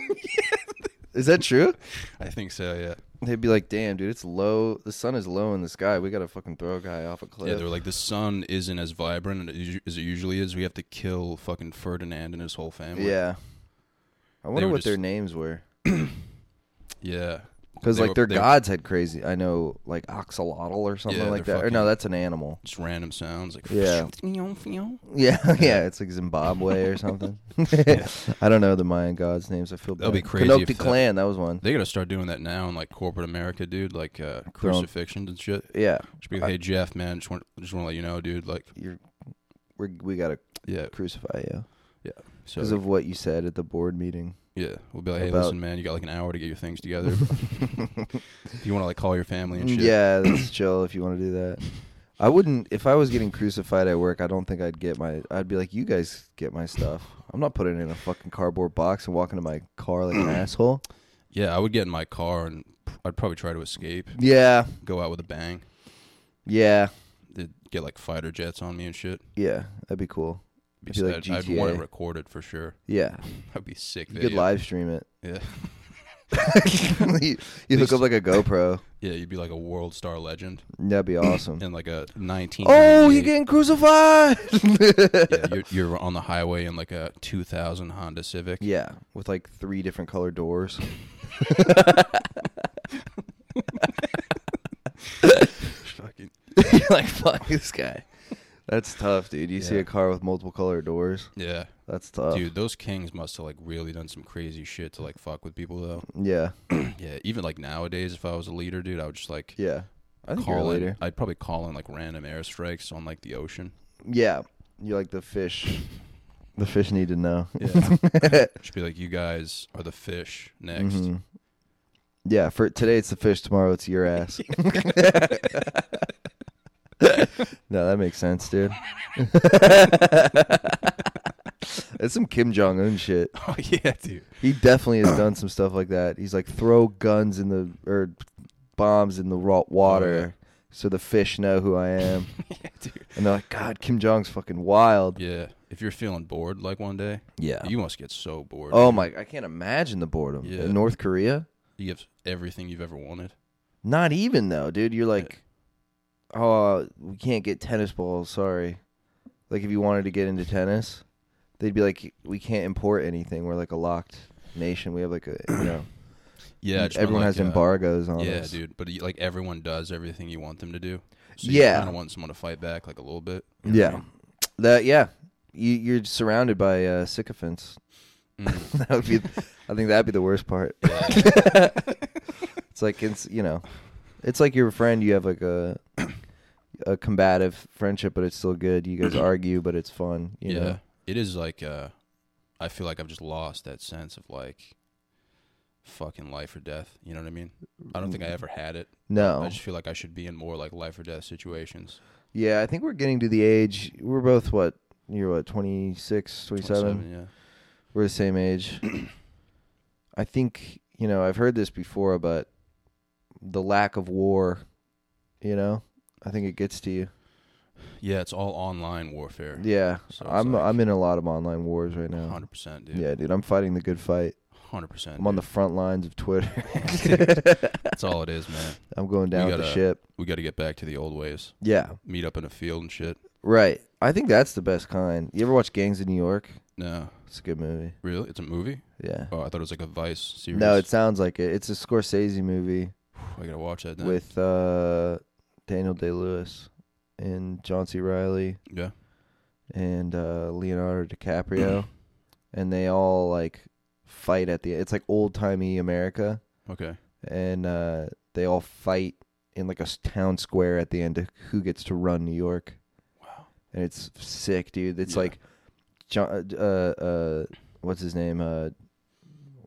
S3: Is that true?
S1: I think so. Yeah.
S3: They'd be like, "Damn, dude, it's low. The sun is low in the sky. We gotta fucking throw a guy off a cliff."
S1: Yeah, they were like, the sun isn't as vibrant as it usu- as it usually is. We have to kill fucking Ferdinand and his whole family.
S3: Yeah. I wonder
S1: were
S3: what their
S1: just-
S3: names were.
S1: Yeah.
S3: Because
S1: They
S3: like
S1: were-
S3: their
S1: they-
S3: gods had crazy. I know, like oxalotl or something
S1: Yeah,
S3: like
S1: they're
S3: that. Or no,
S1: fucking-
S3: that's an animal.
S1: Just random sounds like
S3: Yeah.
S1: That
S3: Yeah, yeah, it's like Zimbabwe or something. I don't know the Mayan gods' names. I feel
S1: That'd
S3: bad.
S1: be crazy
S3: Canocti
S1: if that-
S3: clan, that was one.
S1: They gotta start doing that now in like corporate America, dude. Like uh, crucifixions and shit.
S3: Yeah,
S1: Just be like, hey Jeff, man, just want just want to let you know, dude. Like,
S3: you're we we gotta
S1: yeah,
S3: crucify you
S1: yeah. So
S3: because of what you said at the board meeting.
S1: yeah, we'll be like, hey,
S3: about-
S1: listen, man, you got like an hour to get your things together. if you want to like call your family and shit.
S3: Mm, Yeah, that's chill if you want to do that. I wouldn't if I was getting crucified at work. I don't think I'd get my. I'd be like, you guys get my stuff. I'm not putting it in a fucking cardboard box and walking to my car like an asshole.
S1: Yeah, I would get in my car and pr- I'd probably try to escape,
S3: Yeah,
S1: go out with a bang.
S3: yeah,
S1: They'd get like fighter jets on me and shit.
S3: yeah. That'd be cool.
S1: Be
S3: It'd be like
S1: sad. I'd want it
S3: GTA.
S1: recorded for sure.
S3: Yeah,
S1: That'd be sick.
S3: you
S1: video.
S3: could live stream it.
S1: Yeah,
S3: you you hook up like a GoPro.
S1: yeah. You'd be like a world star legend
S3: That'd be awesome.
S1: and like a nineteen.
S3: Mm. Oh, you're getting crucified.
S1: yeah, you're, you're on the highway in like a 2000 Honda Civic.
S3: yeah, with like three different color doors.
S1: Fucking-
S3: you're like, fuck this guy. That's tough, dude. You see
S1: Yeah.
S3: a car with multiple color doors.
S1: Yeah.
S3: That's tough.
S1: Dude, those kings must have like really done some crazy shit to like fuck with people though.
S3: Yeah,
S1: Yeah, even like nowadays, if I was a leader, dude, I would just like
S3: yeah. I think you're a
S1: call in.
S3: leader.
S1: I'd probably call in like random airstrikes on like the ocean.
S3: Yeah, you're like the fish. The fish need to know.
S1: Yeah. Just be like, you guys are the fish next.
S3: Mhm. Yeah, for today it's the fish, tomorrow it's your ass. no, that makes sense, dude. That's some Kim Jong Un shit.
S1: Oh yeah, dude.
S3: He definitely has done some stuff like that. He's like throw guns in the or bombs in the raw water so the fish know who I am.
S1: Oh, yeah, dude.
S3: And they're like, God, Kim Jong's fucking wild.
S1: Yeah, if you're feeling bored like one day,
S3: Yeah.
S1: you must get so bored.
S3: Oh my! I can't imagine the boredom
S1: Yeah.
S3: in North Korea.
S1: you have everything you've ever wanted.
S3: Not even though, dude. You're like, oh, we can't get tennis balls. Sorry. Like if you wanted to get into tennis, they'd be like, we can't import anything. We're like a locked nation. We have like a you know,
S1: Yeah, just want,
S3: everyone
S1: like,
S3: has
S1: uh,
S3: embargoes on
S1: Yeah,
S3: us.
S1: dude. But you- like everyone does everything you want them to do. So
S3: Yeah.
S1: you kind of want someone to fight back like a little bit.
S3: Yeah, that yeah. You you're surrounded by uh, sycophants.
S1: Mm.
S3: that would be. I think that'd be the worst part. it's like it's you know, it's like your friend. You have like a a combative friendship, but it's still good. You guys argue, but it's fun. You
S1: yeah,
S3: know?
S1: it is like uh, I feel like I've just lost that sense of like fucking life or death. You know what I mean? I don't think I ever had it. I
S3: No.
S1: just feel like I should be in more like life or death situations.
S3: Yeah, I think we're getting to the age. We're both what. You're what, 26, 27?
S1: 27, yeah.
S3: We're the same age. I think, you know, I've heard this before, but the lack of war, you know, I think it gets to you.
S1: Yeah, it's all online warfare.
S3: Yeah.
S1: So it's
S3: I'm
S1: like-
S3: I'm in a lot of online wars right now.
S1: Hundred percent, dude.
S3: Yeah, dude, I'm fighting the good fight.
S1: hundred percent.
S3: I'm on the front lines of Twitter.
S1: That's all it is, man.
S3: I'm going down with the
S1: gotta-
S3: ship.
S1: We got to get back to the old ways.
S3: Yeah.
S1: Meet up in a field and shit.
S3: Right. I think that's the best kind. You ever watch Gangs of New York?
S1: No,
S3: It's a good movie.
S1: really, it's a movie.
S3: Yeah.
S1: Oh, I thought it was like a Vice series.
S3: No, it sounds like it. It's a Scorsese movie
S1: I gotta watch that. Now.
S3: with uh, Daniel Day Lewis and John C. Riley
S1: yeah,
S3: and uh, Leonardo DiCaprio, and they all like fight at the. It's like old timey America,
S1: okay,
S3: and uh, they all fight in like a s- town square at the end. Of who gets to run New York?
S1: Wow.
S3: And it's sick, dude. It's
S1: Yeah.
S3: like John. Uh, uh, what's his name? Uh,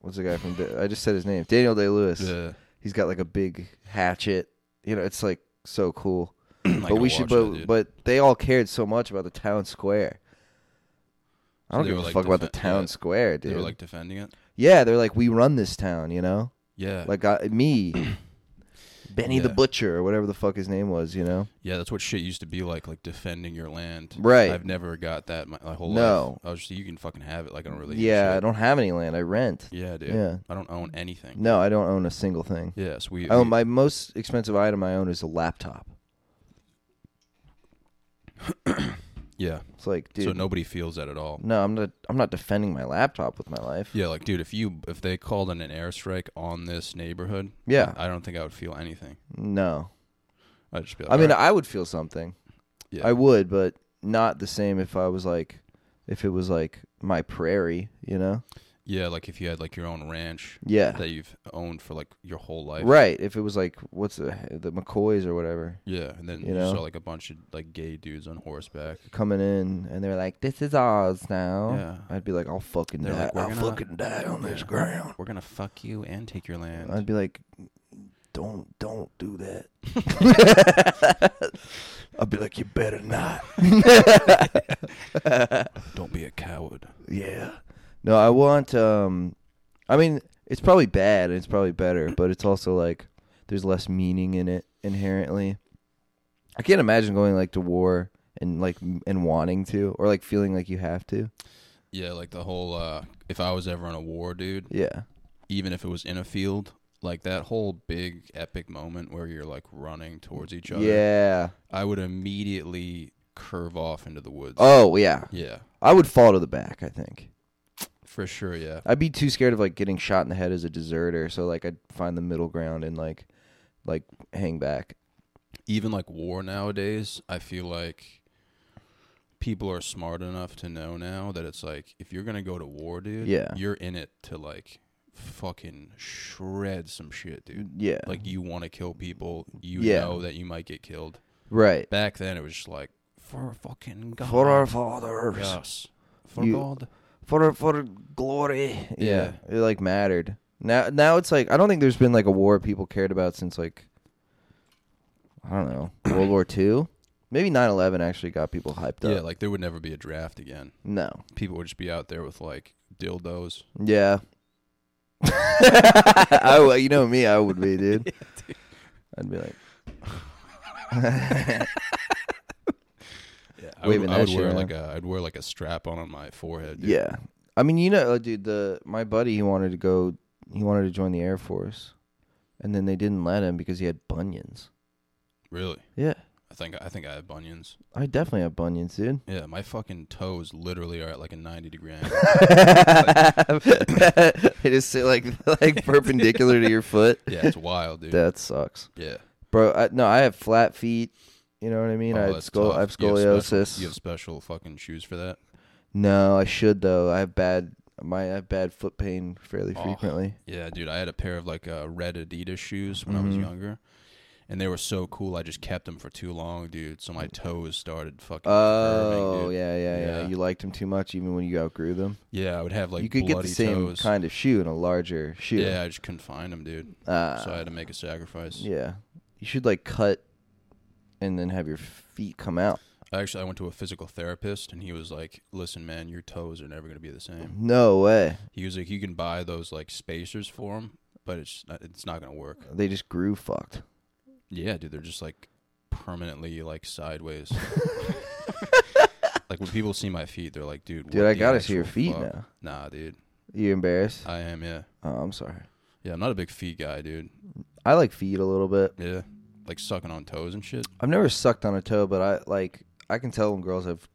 S3: what's the guy from? Da- I just said his name. Daniel Day Lewis.
S1: yeah.
S3: He's got like a big hatchet. You know, it's like so cool.
S1: I
S3: but
S1: gotta
S3: we should,
S1: watch that,
S3: but
S1: dude.
S3: but they all cared so much about the town square. I don't
S1: they
S3: give
S1: were,
S3: a
S1: like,
S3: fuck about the
S1: defen-
S3: town
S1: yeah.
S3: square, dude.
S1: They were like defending it.
S3: yeah, they're like, we run this town, you know?
S1: Yeah,
S3: Like, I, me, Benny the
S1: Uh, Yeah.
S3: Butcher, or whatever the fuck his name was, you know?
S1: yeah, that's what shit used to be like, like defending your land.
S3: Right.
S1: I've never got that my, my whole life.
S3: No.
S1: I was just you can fucking have it. Like I don't really. give a
S3: Yeah, I
S1: shit.
S3: don't have any land. I rent.
S1: Yeah, dude.
S3: Yeah.
S1: I don't own anything.
S3: No, I don't own a single thing.
S1: Yeah, so we.
S3: Oh,
S1: we-
S3: my most expensive item I own is a laptop.
S1: Yeah.
S3: It's like, dude,
S1: So nobody feels that at all.
S3: no, I'm not. I'm not defending my laptop with my life.
S1: Yeah, like dude, if you if they called in an airstrike on this neighborhood,
S3: Yeah.
S1: I don't think I would feel anything.
S3: No,
S1: I'd just be like,
S3: I mean,
S1: "Alright."
S3: I would feel something.
S1: Yeah.
S3: I would, but not the same if I was like, if it was like my prairie, you know?
S1: yeah, like if you had like your own ranch
S3: Yeah,
S1: that you've owned for like your whole life,
S3: right. If it was like what's the the McCoys or whatever
S1: Yeah, and then
S3: You
S1: you,
S3: know?
S1: saw like a bunch of like gay dudes on horseback.
S3: coming in, and they're like, "This is ours now."
S1: Yeah.
S3: I'd be like, "I'll fucking
S1: They're
S3: die.
S1: like, "We're
S3: I'll
S1: gonna-
S3: fucking die on this ground."
S1: We're gonna fuck you and take your land.
S3: I'd be like, "Don't, don't do that." I'd be like, "You better not."
S1: Don't be a coward.
S3: Yeah. No, I want um I mean, it's probably bad and it's probably better, but it's also like there's less meaning in it inherently. I can't imagine going like to war and like m- and wanting to or like feeling like you have to.
S1: Yeah, like the whole uh if I was ever in a war, dude,
S3: Yeah.
S1: even if it was in a field, like that whole big epic moment where you're like running towards each other.
S3: Yeah.
S1: I would immediately curve off into the woods.
S3: Oh, yeah.
S1: Yeah.
S3: I would fall to the back, I think.
S1: For sure, yeah.
S3: I'd be too scared of like getting shot in the head as a deserter, so like I'd find the middle ground and like like hang back.
S1: Even like war nowadays, I feel like people are smart enough to know now that it's like if you're gonna go to war, dude,
S3: Yeah.
S1: you're in it to like fucking shred some shit, dude.
S3: Yeah.
S1: Like you want to kill people, you
S3: Yeah.
S1: know that you might get killed.
S3: right.
S1: Back then, it was just like for fucking God,
S3: For our fathers.
S1: yes, for
S3: You-
S1: God.
S3: for for glory.
S1: Yeah.
S3: Yeah, it like mattered. Now now it's like I don't think there's been like a war people cared about since like I don't know World War Two. Maybe 9-11 actually got people hyped up.
S1: Yeah, like there would never be a draft again.
S3: no.
S1: People would just be out there with like dildos.
S3: Yeah. I w- you know me, I would be, dude. I'd be like,
S1: Yeah, I would,
S3: Waving
S1: I
S3: that
S1: would
S3: shit
S1: wear
S3: around.
S1: like a I'd wear like a strap on on my forehead. Dude.
S3: yeah. I mean, you know, uh, dude, the my buddy he wanted to go, he wanted to join the Air Force, and then they didn't let him because he had bunions.
S1: really.
S3: Yeah,
S1: I think I think I have bunions.
S3: I definitely have bunions, dude.
S1: Yeah, my fucking toes literally are at like a ninety degree angle.
S3: it is sit like like perpendicular to your foot.
S1: yeah, it's wild, dude.
S3: That sucks,
S1: yeah,
S3: bro. I, no, I have flat feet. You know what I mean?
S1: Oh,
S3: I have
S1: that's
S3: scol- I have
S1: tough. You have special-
S3: scoliosis.
S1: You have special fucking shoes for that.
S3: no, I should though. I have bad my I have bad foot pain fairly
S1: Oh.
S3: frequently.
S1: Yeah, dude, I had a pair of like uh, red Adidas shoes when
S3: Mm-hmm.
S1: I was younger, and they were so cool. I just kept them for too long, dude. So my toes started fucking. curving,
S3: Oh
S1: dude.
S3: yeah, yeah, yeah,
S1: Yeah.
S3: You liked them too much, even when you outgrew them.
S1: yeah. I would have like
S3: you could get the
S1: bloody
S3: same
S1: toes.
S3: kind of shoe in a larger shoe.
S1: Yeah, I just couldn't find them, dude.
S3: Ah,
S1: so I had to make a sacrifice.
S3: yeah. You should like cut, and then have your feet come out.
S1: Actually, I went to a physical therapist, and he was like, "Listen, man, your toes are never gonna be the same."
S3: No way.
S1: He was like, "You can buy those like spacers for them, but it's not, it's not gonna work."
S3: They just grew fucked.
S1: Yeah, dude, they're just like permanently like sideways. like when people see my feet, they're like, "Dude,
S3: Dude,
S1: what
S3: I
S1: the
S3: gotta see your
S1: actual
S3: feet
S1: fuck?
S3: now.
S1: Nah, dude,
S3: You embarrassed?
S1: I am. Yeah,
S3: Oh, I'm sorry.
S1: yeah, I'm not a big feet guy, dude.
S3: I like feet a little bit.
S1: Yeah, like sucking on toes and shit.
S3: I've never sucked on a toe, but I like I can tell when girls have.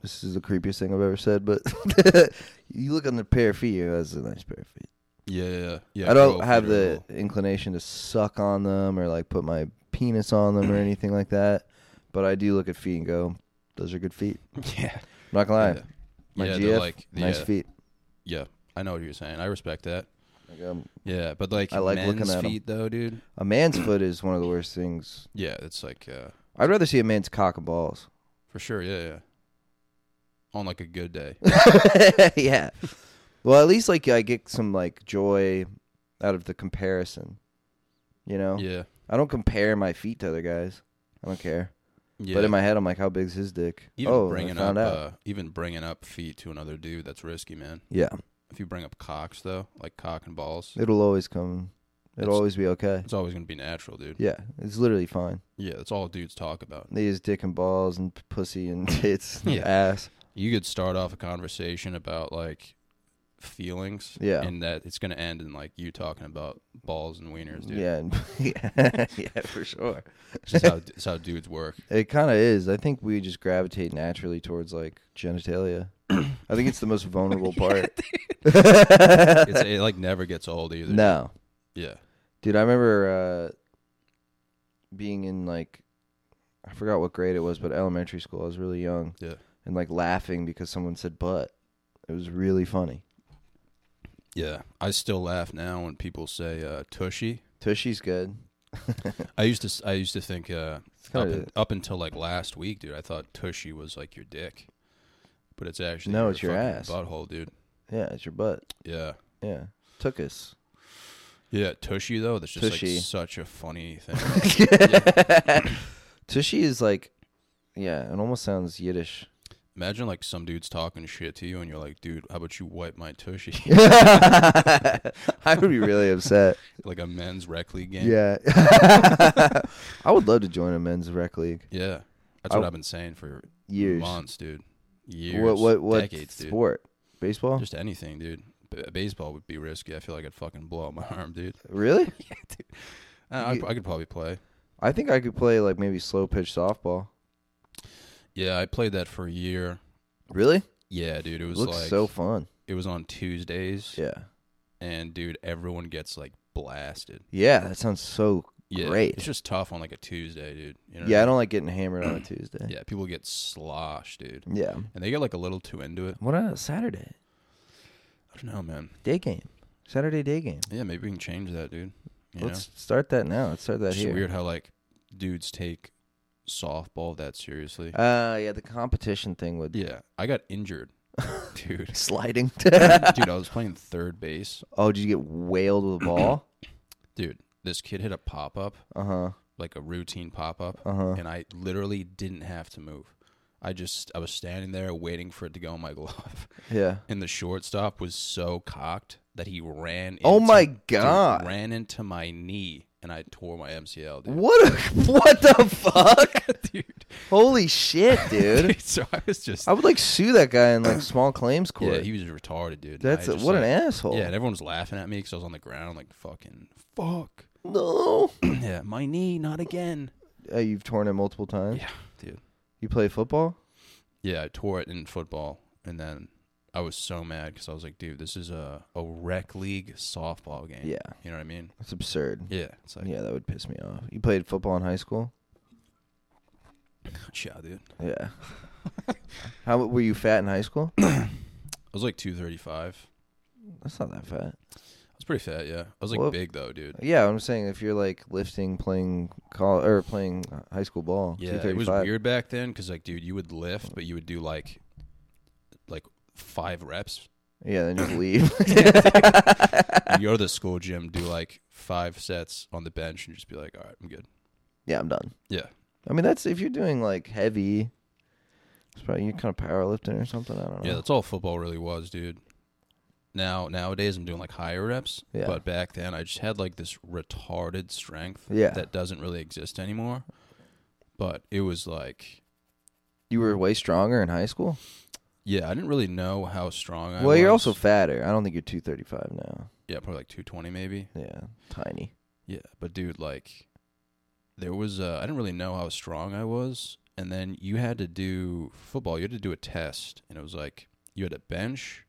S3: This is the creepiest thing I've ever said, but you look on the pair of feet. You go, that's a nice pair of feet.
S1: Yeah, yeah. yeah
S3: I don't
S1: girl
S3: have
S1: feet are
S3: the
S1: cool.
S3: inclination to suck on them or like put my penis on them or
S1: Mm.
S3: anything like that. But I do look at feet and go, "Those are good feet."
S1: yeah,
S3: I'm not gonna lie,
S1: yeah.
S3: my
S1: yeah, they're
S3: GF,
S1: like
S3: nice
S1: yeah,
S3: feet.
S1: Yeah, I know what you're saying. I respect that.
S3: Like, um,
S1: Yeah, but like
S3: I like
S1: men's
S3: looking at 'em.
S1: feet though, dude.
S3: a man's foot is one of the worst things.
S1: Yeah, it's like uh,
S3: I'd rather see a man's cock and balls.
S1: for sure. Yeah, yeah. On like a good day.
S3: yeah. Well, at least like I get some like joy out of the comparison. You know,
S1: yeah.
S3: I don't compare my feet to other guys. I don't care.
S1: Yeah.
S3: But in my head, I'm like, how big's his dick?
S1: even
S3: oh,
S1: bringing
S3: I found
S1: up
S3: out.
S1: Uh, even bringing up feet to another dude that's risky, man.
S3: yeah,
S1: If you bring up cocks though, like cock and balls,
S3: it'll always come. It'll
S1: It's-
S3: always be okay.
S1: it's always gonna be natural, dude.
S3: Yeah, it's literally fine.
S1: Yeah, that's all dudes talk about.
S3: They use dick and balls and p- pussy and tits and
S1: Yeah.
S3: ass.
S1: You could start off a conversation about like feelings,
S3: Yeah.
S1: and that it's gonna end in like you talking about balls and wieners, dude.
S3: Yeah, and, yeah, yeah, for sure.
S1: it's just how it's how dudes work.
S3: It kind of is. I think we just gravitate naturally towards like genitalia. I think it's the most vulnerable part.
S1: It's, it like never gets old either.
S3: no,
S1: Yeah.
S3: dude, I remember uh, being in like I forgot what grade it was, but elementary school. I was really young.
S1: Yeah.
S3: and like laughing because someone said butt. It was really funny.
S1: Yeah, I still laugh now when people say uh, "tushy."
S3: Tushy's good.
S1: I used to, s- I used to think uh, up,
S3: kinda-
S1: un- up until like last week, dude. I thought "tushy" was like your dick, but it's actually
S3: No, it's your
S1: fucking
S3: ass.
S1: butthole, dude.
S3: Yeah, it's your butt.
S1: Yeah,
S3: Yeah, Tookus.
S1: yeah, "tushy" though. That's just
S3: Tushy.
S1: like such a funny thing.
S3: Tushy is like, yeah, it almost sounds Yiddish.
S1: Imagine like some dude's talking shit to you, and you're like, "Dude, how about you wipe my tushy?"
S3: I would be really upset.
S1: like a men's rec league game.
S3: Yeah, I would love to join a men's rec league.
S1: yeah. That's
S3: I-
S1: what I've been saying for
S3: Years.
S1: months, dude. Years,
S3: What what what
S1: decades, dude.
S3: sport? Baseball?
S1: Just anything, dude. B- baseball would be risky. I feel like I'd fucking blow out my arm, dude.
S3: really?
S1: I,
S3: You-
S1: I, I could probably play.
S3: I think I could play like maybe slow pitch softball.
S1: Yeah, I played that for a year.
S3: Really?
S1: Yeah, dude, it was
S3: Looks
S1: like
S3: so fun.
S1: it was on Tuesdays,
S3: Yeah.
S1: and dude, everyone gets like blasted.
S3: Yeah, that sounds so
S1: Yeah,
S3: great.
S1: It's just tough on like a Tuesday, dude. You know
S3: yeah, I
S1: what
S3: don't like getting hammered on a Tuesday.
S1: mean? yeah, people get sloshed, dude,
S3: Yeah.
S1: and they get like a little too into it.
S3: What on a Saturday?
S1: I don't know, man.
S3: Day game. Saturday day game.
S1: Yeah, maybe we can change that, dude. You
S3: Let's start that now. Let's start
S1: know,
S3: that
S1: it's just
S3: here.
S1: weird how like dudes take softball that seriously.
S3: Uh yeah, the competition thing would
S1: yeah, I got injured, dude.
S3: sliding.
S1: dude, I was playing third base.
S3: oh, did you get whaled with a ball?
S1: Dude, this kid hit a pop up,
S3: Uh huh.
S1: like a routine pop up,
S3: Uh-huh.
S1: and I literally didn't have to move. I just I was standing there waiting for it to go in my glove,
S3: Yeah.
S1: and the shortstop was so cocked that he ran.
S3: Oh
S1: into-
S3: my
S1: dude,
S3: God.
S1: ran into my knee, and I tore my MCL. Dude.
S3: What? A, what the fuck?
S1: dude.
S3: Holy shit, dude!
S1: Dude, So I was just
S3: I would like sue that guy in like small claims court.
S1: yeah, he was retarded, dude. and
S3: That's
S1: I
S3: a,
S1: just,
S3: what
S1: like-
S3: an asshole.
S1: Yeah, and everyone was laughing at me because I was on the ground, like fucking fuck.
S3: no.
S1: yeah, my knee, not again.
S3: Uh, you've torn it multiple times.
S1: Yeah, dude.
S3: You play football?
S1: Yeah, I tore it in football, and then I was so mad because I was like, dude, this is a a rec league softball game.
S3: Yeah.
S1: you know what I mean.
S3: That's absurd.
S1: Yeah, it's like
S3: Yeah, that would piss me off. You played football in high school?
S1: yeah, dude.
S3: Yeah. How were you fat in high school?
S1: I was like two thirty five.
S3: That's not that fat.
S1: I was pretty fat. Yeah, I was like
S3: Well-
S1: big though, dude.
S3: Yeah, I'm saying if you're like lifting, playing call or playing high school ball,
S1: Yeah, it was
S3: 235.
S1: weird back then because like, dude, you would lift, but you would do like like five reps.
S3: Yeah, then just leave.
S1: You go to the school gym, do like five sets on the bench, and just be like, all right, I'm good.
S3: yeah, I'm done.
S1: Yeah,
S3: I mean, that's if you're doing like heavy. It's probably you're kind of powerlifting or something. I don't know.
S1: Yeah, that's all football really was, dude. Now nowadays I'm doing like higher reps,
S3: Yeah.
S1: but back then I just had like this retarded strength
S3: Yeah.
S1: that doesn't really exist anymore. But it was like,
S3: you were way stronger in high school.
S1: yeah, I didn't really know how strong I was.
S3: well, you're also fatter. I don't think you're 235 now.
S1: yeah, probably like 220 maybe.
S3: Yeah, tiny.
S1: Yeah, but dude, like there was uh, I didn't really know how strong I was, and then you had to do football. You had to do a test, and it was like you had a bench,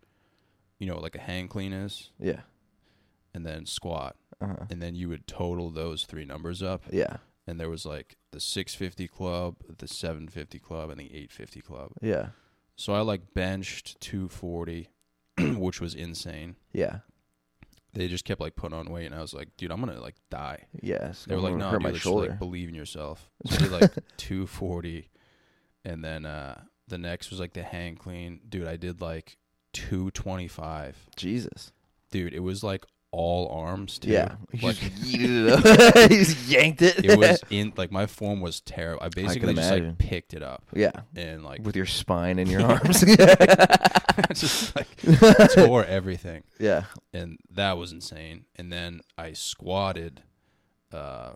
S1: you know, like a hang clean is,
S3: Yeah.
S1: and then squat.
S3: Uh-huh.
S1: and then you would total those three numbers up
S3: Yeah.
S1: and there was like the 650 club the 750 club and the 850 club
S3: Yeah.
S1: so i like benched 240 which was insane
S3: Yeah.
S1: they just kept like putting on weight and i was like dude i'm gonna like die
S3: Yes.
S1: they were like
S3: I'm gonna
S1: no
S3: hurt
S1: dude,
S3: my
S1: like, just,
S3: shoulder.
S1: like believe in yourself so I did like 240 and then uh the next was like the hang clean dude i did like 225
S3: Jesus.
S1: dude it was like all arms too.
S3: Yeah, he
S1: Like,
S3: just yeeted it up. he just yanked it.
S1: it was in like my form was terrible. I basically just
S3: imagine.
S1: like picked it up
S3: yeah,
S1: and like
S3: with your spine and your arms.
S1: just like tore everything.
S3: yeah,
S1: and that was insane. And then I squatted uh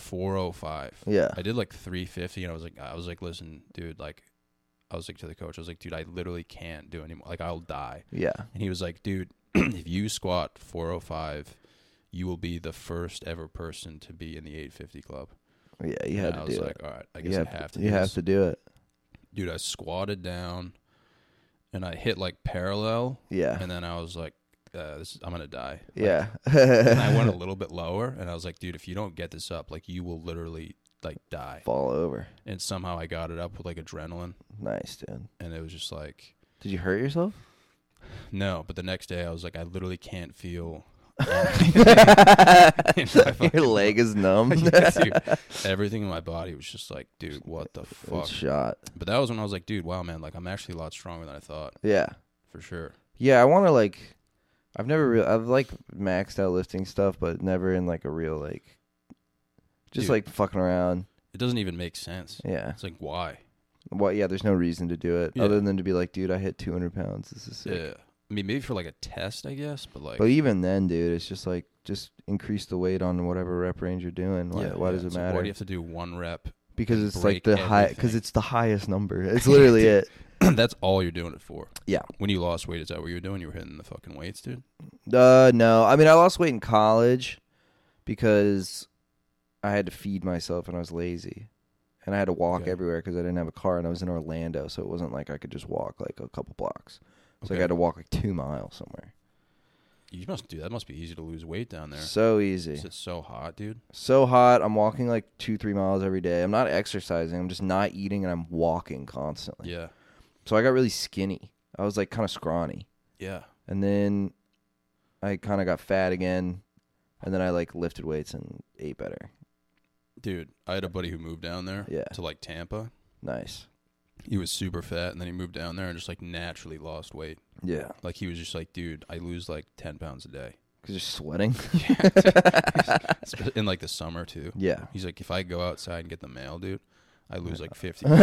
S1: 405.
S3: Yeah.
S1: I did like 350 and I was like I was like listen, dude, like I was like to the coach, I was like, dude, I literally can't do anymore. Like I'll die.
S3: yeah.
S1: And he was like, dude, if you squat 405, you will be the first ever person to be in the 850 club.
S3: Yeah, you had
S1: and I
S3: to
S1: was
S3: do
S1: like,
S3: it.
S1: all right, I
S3: you
S1: guess
S3: have,
S1: I have to.
S3: you
S1: do
S3: have
S1: this."
S3: to do it.
S1: Dude, I squatted down and I hit like parallel
S3: Yeah,
S1: and then I was like uh, this, I'm gonna die. Like,
S3: yeah.
S1: and I went a little bit lower, and I was like, dude, if you don't get this up, like you will literally like die.
S3: Fall over.
S1: And somehow I got it up with like adrenaline,
S3: Nice, dude.
S1: and it was just like,
S3: Did you hurt yourself?
S1: no. But the next day, I was like, I literally can't feel.
S3: Your leg is numb.
S1: Dude, everything in my body was just like, dude, what the fuck?
S3: It's shot.
S1: But that was when I was like, dude, wow, man, like I'm actually a lot stronger than I thought
S3: Yeah.
S1: for sure.
S3: Yeah, I want to like. I've never real. I've like maxed out lifting stuff, but never in like a real like. Just
S1: Dude.
S3: like fucking around.
S1: It doesn't even make sense.
S3: Yeah.
S1: It's like why?
S3: Well, yeah. There's no reason to do it
S1: Yeah.
S3: other than to be like, dude, I hit 200 pounds. This is sick.
S1: Yeah. I mean, maybe for like a test, I guess, but like,
S3: But even then, dude, it's just like just increase the weight on whatever rep range you're doing. Why,
S1: Yeah,
S3: why
S1: yeah.
S3: does it
S1: It's like, Why
S3: matter?
S1: do you have to do one rep
S3: because it's like
S1: break
S3: the high. Because
S1: everything?
S3: it's the highest number. It's literally it.
S1: that's all you're doing it for.
S3: Yeah.
S1: When you lost weight, is that what you were doing? You were hitting the fucking weights, dude.
S3: Uh, no. I mean, I lost weight in college because I had to feed myself and I was lazy, and I had to walk
S1: Okay.
S3: everywhere because I didn't have a car and I was in Orlando, so it wasn't like I could just walk like a couple blocks. So like, I
S1: Okay.
S3: had to walk like two miles somewhere.
S1: You must do that. Must be easy to lose weight down there.
S3: So easy,
S1: It's so hot, dude.
S3: so hot. I'm walking like two, three miles every day. I'm not exercising. I'm just not eating and I'm walking constantly.
S1: Yeah,
S3: So I got really skinny. I was like kind of scrawny.
S1: yeah.
S3: And then I kind of got fat again. And then I like lifted weights and ate better.
S1: Dude, I had a buddy who moved down there
S3: Yeah.
S1: to like Tampa.
S3: Nice.
S1: He was super fat, and then he moved down there and just like naturally lost weight.
S3: Yeah.
S1: Like he was just like, dude, I lose like ten pounds a day,
S3: Because you're sweating.
S1: Spe- in like the summer too.
S3: yeah.
S1: He's like, if I go outside and get the mail, dude, I lose like fifty.
S3: Dude,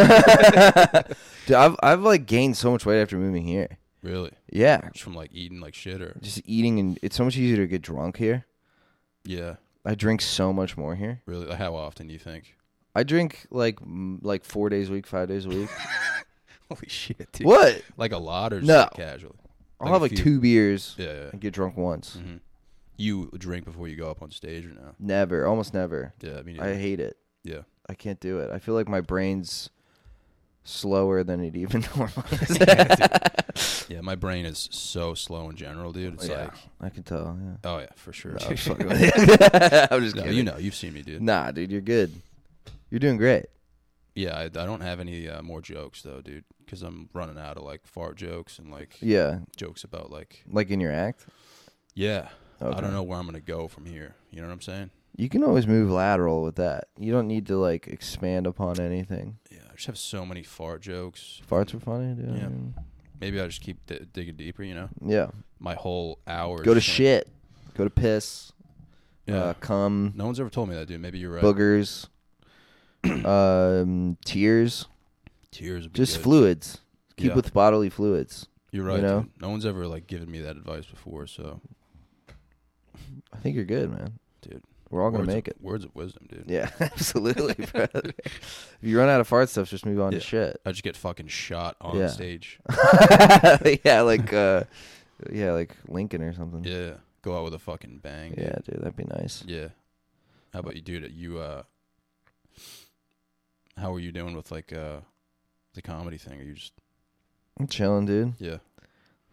S3: I've, I've like gained so much weight after moving here.
S1: really,
S3: Yeah.
S1: just from like eating like shit or
S3: Just eating and it's so much easier to get drunk here.
S1: yeah,
S3: I drink so much more here.
S1: really. Like, how often do you think?
S3: I drink like m- like four days a week, five days a week.
S1: Holy shit, dude.
S3: what?
S1: Like a lot or just
S3: No.
S1: like, casually?
S3: I'll
S1: Like a
S3: have like
S1: few-
S3: two beers
S1: Yeah, yeah, yeah.
S3: and get drunk once.
S1: Mhm. You drink before you go up on stage or no?
S3: Never, almost never.
S1: Yeah, I mean,
S3: I hate it.
S1: yeah.
S3: I can't do it. I feel like my brain's slower than it even normalizes.
S1: Yeah, my brain is so slow in general, dude. It's
S3: Oh, yeah,
S1: like,
S3: I can tell. Yeah.
S1: oh, yeah, for sure.
S3: I'm, just fucking with you. I'm just
S1: No,
S3: kidding.
S1: you know, you've seen me, dude.
S3: Nah, dude, you're good. You're doing great.
S1: Yeah, I, I don't have any uh, more jokes, though, dude, because I'm running out of like fart jokes and like
S3: Yeah,
S1: jokes about like,
S3: like in your act,
S1: yeah,
S3: Okay.
S1: I don't know where I'm going to go from here. You know what I'm saying?
S3: you can always move lateral with that. You don't need to like expand upon anything.
S1: Yeah, I just have so many fart jokes.
S3: Farts are funny, dude.
S1: Yeah. Maybe I just keep di- digging deeper, you know?
S3: Yeah.
S1: My whole hour. is
S3: Go to
S1: spent-
S3: shit. Go to piss.
S1: Yeah.
S3: Uh, cum.
S1: no one's ever told me that, dude. Maybe you're right.
S3: Boogers. um, tears.
S1: Tears would be
S3: Just
S1: good.
S3: fluids. Keep
S1: Yeah.
S3: with bodily fluids.
S1: You're right.
S3: know?
S1: dude. No one's ever like given me that advice before, so
S3: I think you're good, man.
S1: Dude,
S3: We're all gonna
S1: words
S3: make
S1: of,
S3: it.
S1: Words of wisdom, dude.
S3: Yeah, absolutely, bro. if you run out of fart stuff, just move on
S1: Yeah.
S3: to shit.
S1: I just get fucking shot on
S3: Yeah.
S1: stage.
S3: yeah, like uh yeah, like Lincoln or something.
S1: yeah, go out with a fucking bang. dude.
S3: Uh-huh. Yeah, dude, that'd be nice.
S1: Yeah. How about you, dude? You uh, how are you doing with like uh, the comedy thing? Are you just
S3: I'm chilling, dude.
S1: yeah?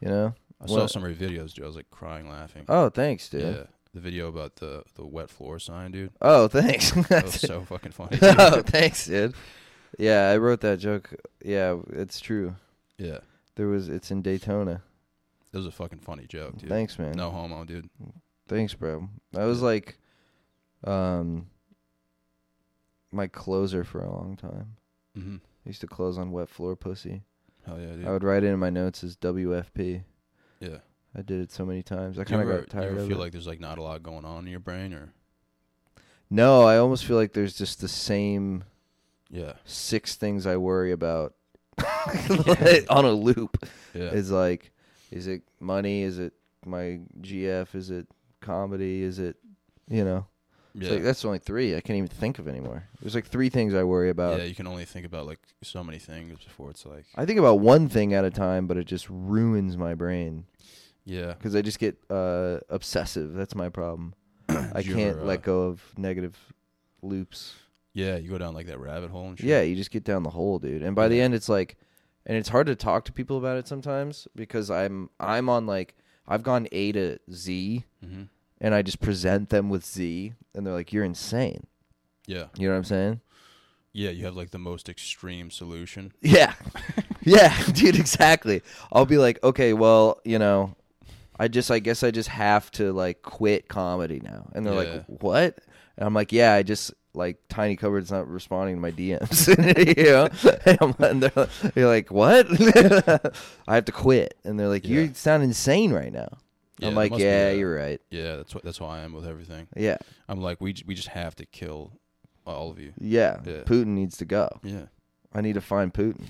S3: You know?
S1: I saw
S3: What-
S1: some of your videos, dude. I was like crying, laughing.
S3: Oh, thanks, dude.
S1: yeah. The video about the the wet floor sign, dude.
S3: Oh, thanks.
S1: That was so fucking funny. dude.
S3: oh, thanks, dude. Yeah, I wrote that joke. Yeah, it's true.
S1: yeah,
S3: There was it's in Daytona.
S1: that was a fucking funny joke, Oh, dude.
S3: Thanks, man.
S1: No homo, dude.
S3: Thanks, bro. I was
S1: Yeah.
S3: like um my closer for a long time.
S1: Mm-hmm.
S3: I used to close on wet floor pussy.
S1: Hell yeah, dude.
S3: I would write it in my notes as WFP.
S1: yeah.
S3: I did it so many times. I
S1: Do you
S3: kind of
S1: ever,
S3: got
S1: do you
S3: tired
S1: ever
S3: of
S1: feel
S3: it.
S1: like there's like not a lot going on in your brain, or
S3: no, I almost feel like there's just the same
S1: yeah,
S3: six things I worry about on a loop.
S1: yeah,
S3: It's like, is it money? Is it my GF? Is it comedy? Is it, you know?
S1: yeah.
S3: It's like that's only three. I can't even think of anymore. There's like three things I worry about.
S1: yeah, you can only think about like so many things before it's like,
S3: I think about one thing at a time, but it just ruins my brain
S1: yeah,
S3: because I just get uh, obsessive. That's my problem. I
S1: Did you
S3: can't
S1: ever, uh,
S3: let go of negative loops.
S1: yeah. You go down like that rabbit hole and shit.
S3: Yeah, you just get down the hole, dude. And by the end, it's like, and it's hard to talk to people about it sometimes because I'm I'm on like I've gone A to Z,
S1: hmm
S3: and I just present them with Z, and they're like, "You're insane."
S1: yeah,
S3: You know what I'm saying?
S1: yeah. You have like the most extreme solution.
S3: Yeah. yeah, dude, exactly. I'll be like, okay, well, you know, I just, I guess I just have to like quit comedy now. And they're
S1: Yeah.
S3: like, what? And I'm like, yeah, I just, like, Tiny Cupboard's not responding to my DMs. you know? and, I'm, and they're you're like, what? I have to quit. And they're like,
S1: Yeah.
S3: you sound insane right now.
S1: Yeah,
S3: I'm
S1: there
S3: like,
S1: must be
S3: yeah,
S1: a-
S3: you're right.
S1: Yeah, that's what that's how I am with everything.
S3: Yeah.
S1: I'm like, we j- we just have to kill all of you.
S3: yeah.
S1: Yeah.
S3: Putin needs to go.
S1: Yeah,
S3: I need to find Putin.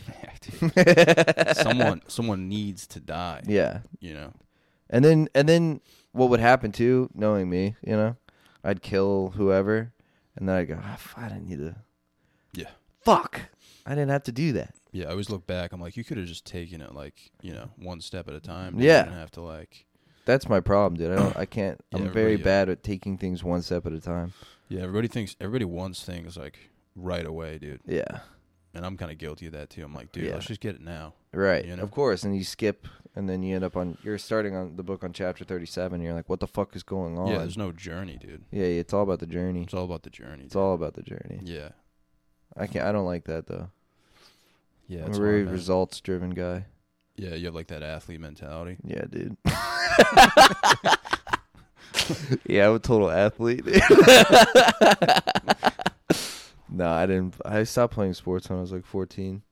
S1: someone someone needs to die.
S3: Yeah.
S1: you know.
S3: And then and then what would happen too, knowing me, you know, I'd kill whoever, and then I'd go, ah, fuck, I didn't need to.
S1: Yeah.
S3: Fuck, I didn't have to do that.
S1: Yeah, I always look back. I'm like, you could have just taken it like you know one step at a time.
S3: Yeah.
S1: and have to like.
S3: That's my problem, dude. I don't. I can't.
S1: Yeah,
S3: I'm very
S1: everybody, uh,
S3: bad at taking things one step at a time.
S1: Yeah, everybody thinks everybody wants things like right away, dude.
S3: Yeah.
S1: And I'm kind of guilty of that too. I'm like, dude,
S3: Yeah.
S1: let's just get it now.
S3: Right.
S1: You know?
S3: Of course. And you skip, and then you end up on. You're starting on the book on chapter 37. And you're like, what the fuck is going on?
S1: Yeah, there's no journey, dude.
S3: yeah. It's all about the journey.
S1: It's all about the journey.
S3: It's all about the journey.
S1: dude. Yeah,
S3: I can't. I don't like that though.
S1: yeah.
S3: I'm
S1: It's
S3: a very
S1: hard, man.
S3: results driven guy.
S1: yeah, you have like that athlete mentality.
S3: Yeah, dude. yeah, I'm a total athlete. no, I didn't. I stopped playing sports when I was like 14.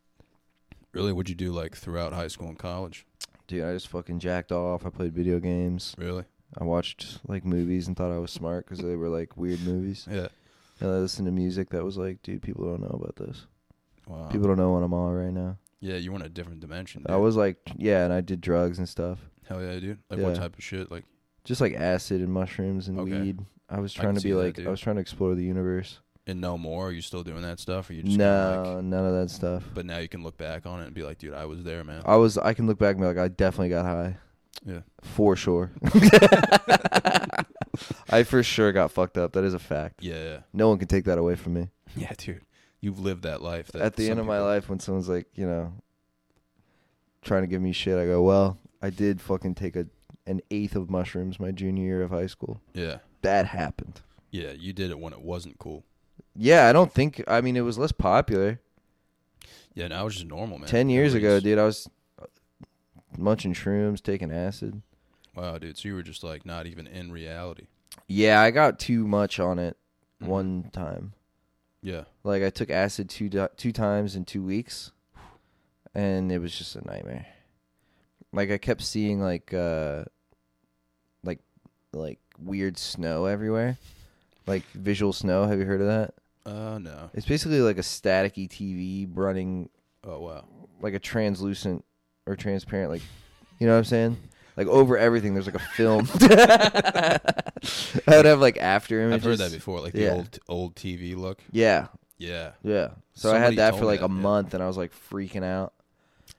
S1: Really, what'd you do like throughout high school and college?
S3: Dude, I just fucking jacked off. I played video games.
S1: Really?
S3: I watched like movies and thought I was smart because they were like weird movies.
S1: Yeah.
S3: And I listened to music that was like, dude, people don't know about this.
S1: Wow.
S3: People don't know what I'm on right now.
S1: yeah, you were in a different dimension.
S3: I
S1: dude.
S3: was like, yeah, and I did drugs and stuff,
S1: Hell yeah, dude. Like what
S3: Yeah.
S1: type of shit? Like
S3: just like acid and mushrooms and
S1: Okay.
S3: weed. I was
S1: I
S3: trying
S1: can
S3: to
S1: see
S3: be
S1: that,
S3: like,
S1: dude.
S3: I was trying to explore the universe.
S1: and no more. Are you still doing that stuff? Or you just kinda,
S3: No,
S1: Like,
S3: none of that stuff.
S1: but now you can look back on it and be like, dude, I was there, man.
S3: I was I can look back and be like, I definitely got high.
S1: Yeah.
S3: For sure. I for sure got fucked up. That is a fact.
S1: yeah, yeah,
S3: No one can take that away from me.
S1: yeah, dude. You've lived that life. That
S3: At the
S1: some
S3: end of my
S1: people-
S3: life when someone's like, you know, trying to give me shit, I go, Well, I did fucking take a an eighth of mushrooms my junior year of high school.
S1: Yeah,
S3: That happened.
S1: yeah. You did it when it wasn't cool.
S3: Yeah, I don't think I mean it was less popular.
S1: Yeah, now it's just normal, man.
S3: Ten years ago,
S1: Everybody's-
S3: dude, I was munching shrooms, taking acid.
S1: Wow, dude. So you were just like not even in reality.
S3: Yeah, I got too much on it
S1: Mhm.
S3: one time.
S1: Yeah,
S3: Like I took acid two di- two times in two weeks, and it was just a nightmare. Like I kept seeing like uh, like like weird snow everywhere, like visual snow. Have you heard of that?
S1: Oh no.
S3: It's basically like a staticky TV running
S1: Oh wow.
S3: like a translucent or transparent, like you know what I'm saying. Like over everything, there's like a film. I would have like after images.
S1: I've heard that before, like the
S3: Yeah.
S1: old old TV look.
S3: Yeah,
S1: Yeah,
S3: Yeah. So I
S1: Somebody
S3: had that
S1: told
S3: for
S1: me
S3: like
S1: that,
S3: a
S1: yeah.
S3: month and I was like freaking out.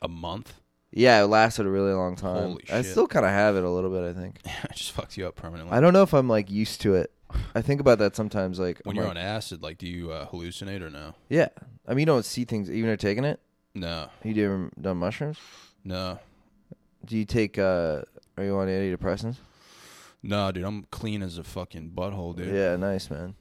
S1: a month.
S3: Yeah, it lasted a really long time.
S1: Holy
S3: I
S1: shit.
S3: still kind of have it a little bit, I think.
S1: I just fucked you up permanently.
S3: I don't know if I'm like used to it. I think about that sometimes like
S1: when
S3: I'm
S1: you're
S3: like-
S1: on acid, like, do you uh, hallucinate or no?
S3: Yeah. I mean, you don't see things even if you're taking it.
S1: No,
S3: You do ever done mushrooms?
S1: no,
S3: Do you take uh are you on antidepressants?
S1: no, dude. I'm clean as a fucking butthole, dude.
S3: Yeah, nice, man.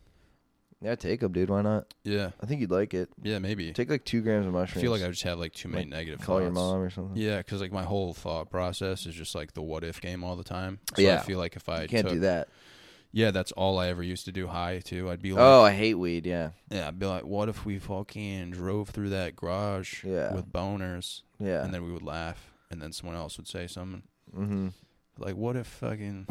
S3: Yeah, take them, dude. Why not?
S1: yeah,
S3: I think you'd like it.
S1: yeah, maybe.
S3: Take like 2 grams of
S1: I
S3: mushrooms.
S1: feel like I just have like too many
S3: Like,
S1: negative.
S3: call your
S1: thoughts.
S3: mom or something.
S1: Yeah, because like my whole thought process is just like the what if game all the time. So I
S3: Yeah.
S1: feel like if I
S3: You can't
S1: took,
S3: do that.
S1: yeah, that's all I ever used to do. High too, I'd be like,
S3: Oh, I hate weed, yeah.
S1: yeah, I'd be like, what if we fucking drove through that garage
S3: Yeah.
S1: with boners,
S3: Yeah.
S1: and then we would laugh, and then someone else would say something.
S3: mhm.
S1: Like, what if fucking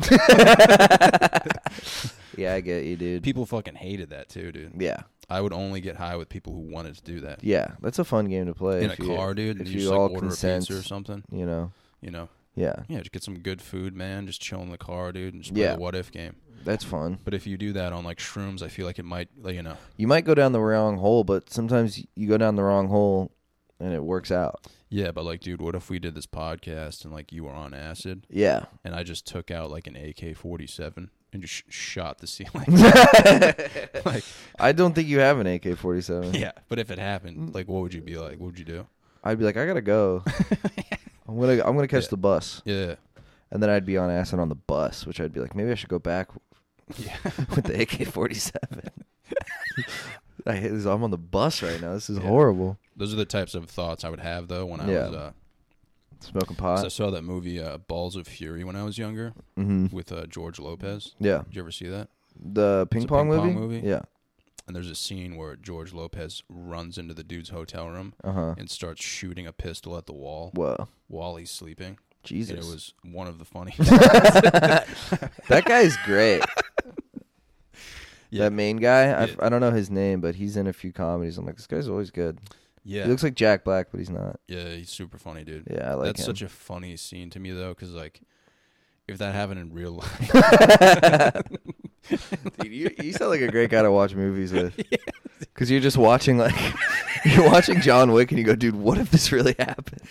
S3: Yeah, I get you, dude.
S1: people fucking hated that too, dude?
S3: yeah,
S1: I would only get high with people who wanted to do that
S3: yeah, that's a fun game to play
S1: in a
S3: if you-
S1: car, dude. And
S3: If
S1: you,
S3: you,
S1: just
S3: all
S1: like order
S3: consent,
S1: a pizza or something,
S3: you know,
S1: you know?
S3: yeah,
S1: Yeah, just get some good food, man. Just chill in the car, dude, and just play
S3: Yeah.
S1: the what if game.
S3: that's fun.
S1: But if you do that on like shrooms, I feel like it might, like, you know,
S3: You might go down the wrong hole, but sometimes you go down the wrong hole and it works out.
S1: yeah. But like, dude, what if we did this podcast and like you were on acid
S3: Yeah,
S1: and I just took out like an AK forty seven and just sh- shot the ceiling? like,
S3: I don't think you have an AK forty seven.
S1: yeah. But if it happened, like, what would you be like? What would you do?
S3: I'd be like, I gotta go. I'm gonna I'm gonna catch the bus,
S1: Yeah,
S3: and then I'd be on acid on the bus, which I'd be like, maybe I should go back
S1: yeah.
S3: with the AK forty seven. I hate this- I'm on the bus right now. This is
S1: Yeah.
S3: horrible.
S1: Those are the types of thoughts I would have though when I
S3: Yeah.
S1: was. Uh,
S3: Smoking
S1: 'cause
S3: pot.
S1: I saw that movie uh, Balls of Fury when I was younger
S3: hmm
S1: with uh, George Lopez.
S3: Yeah,
S1: Did you ever see that?
S3: the ping,
S1: ping
S3: pong,
S1: pong
S3: movie?
S1: movie?
S3: Yeah.
S1: And there's a scene where George Lopez runs into the dude's hotel room
S3: Uh huh.
S1: and starts shooting a pistol at the wall
S3: Whoa.
S1: while he's sleeping.
S3: Jesus.
S1: And it was one of the funniest.
S3: that guy's great.
S1: Yeah.
S3: That main guy, I,
S1: Yeah.
S3: I don't know his name, but he's in a few comedies. I'm like, this guy's always good.
S1: yeah,
S3: He looks like Jack Black, but he's not.
S1: yeah, he's super funny, dude.
S3: Yeah, I like
S1: That's
S3: him.
S1: such a funny scene to me though, because like, if that happened in real life,
S3: Dude, you, you sound like a great guy to watch movies with. Because you're just watching, like, you're watching John Wick and you go, dude, what if this really happened?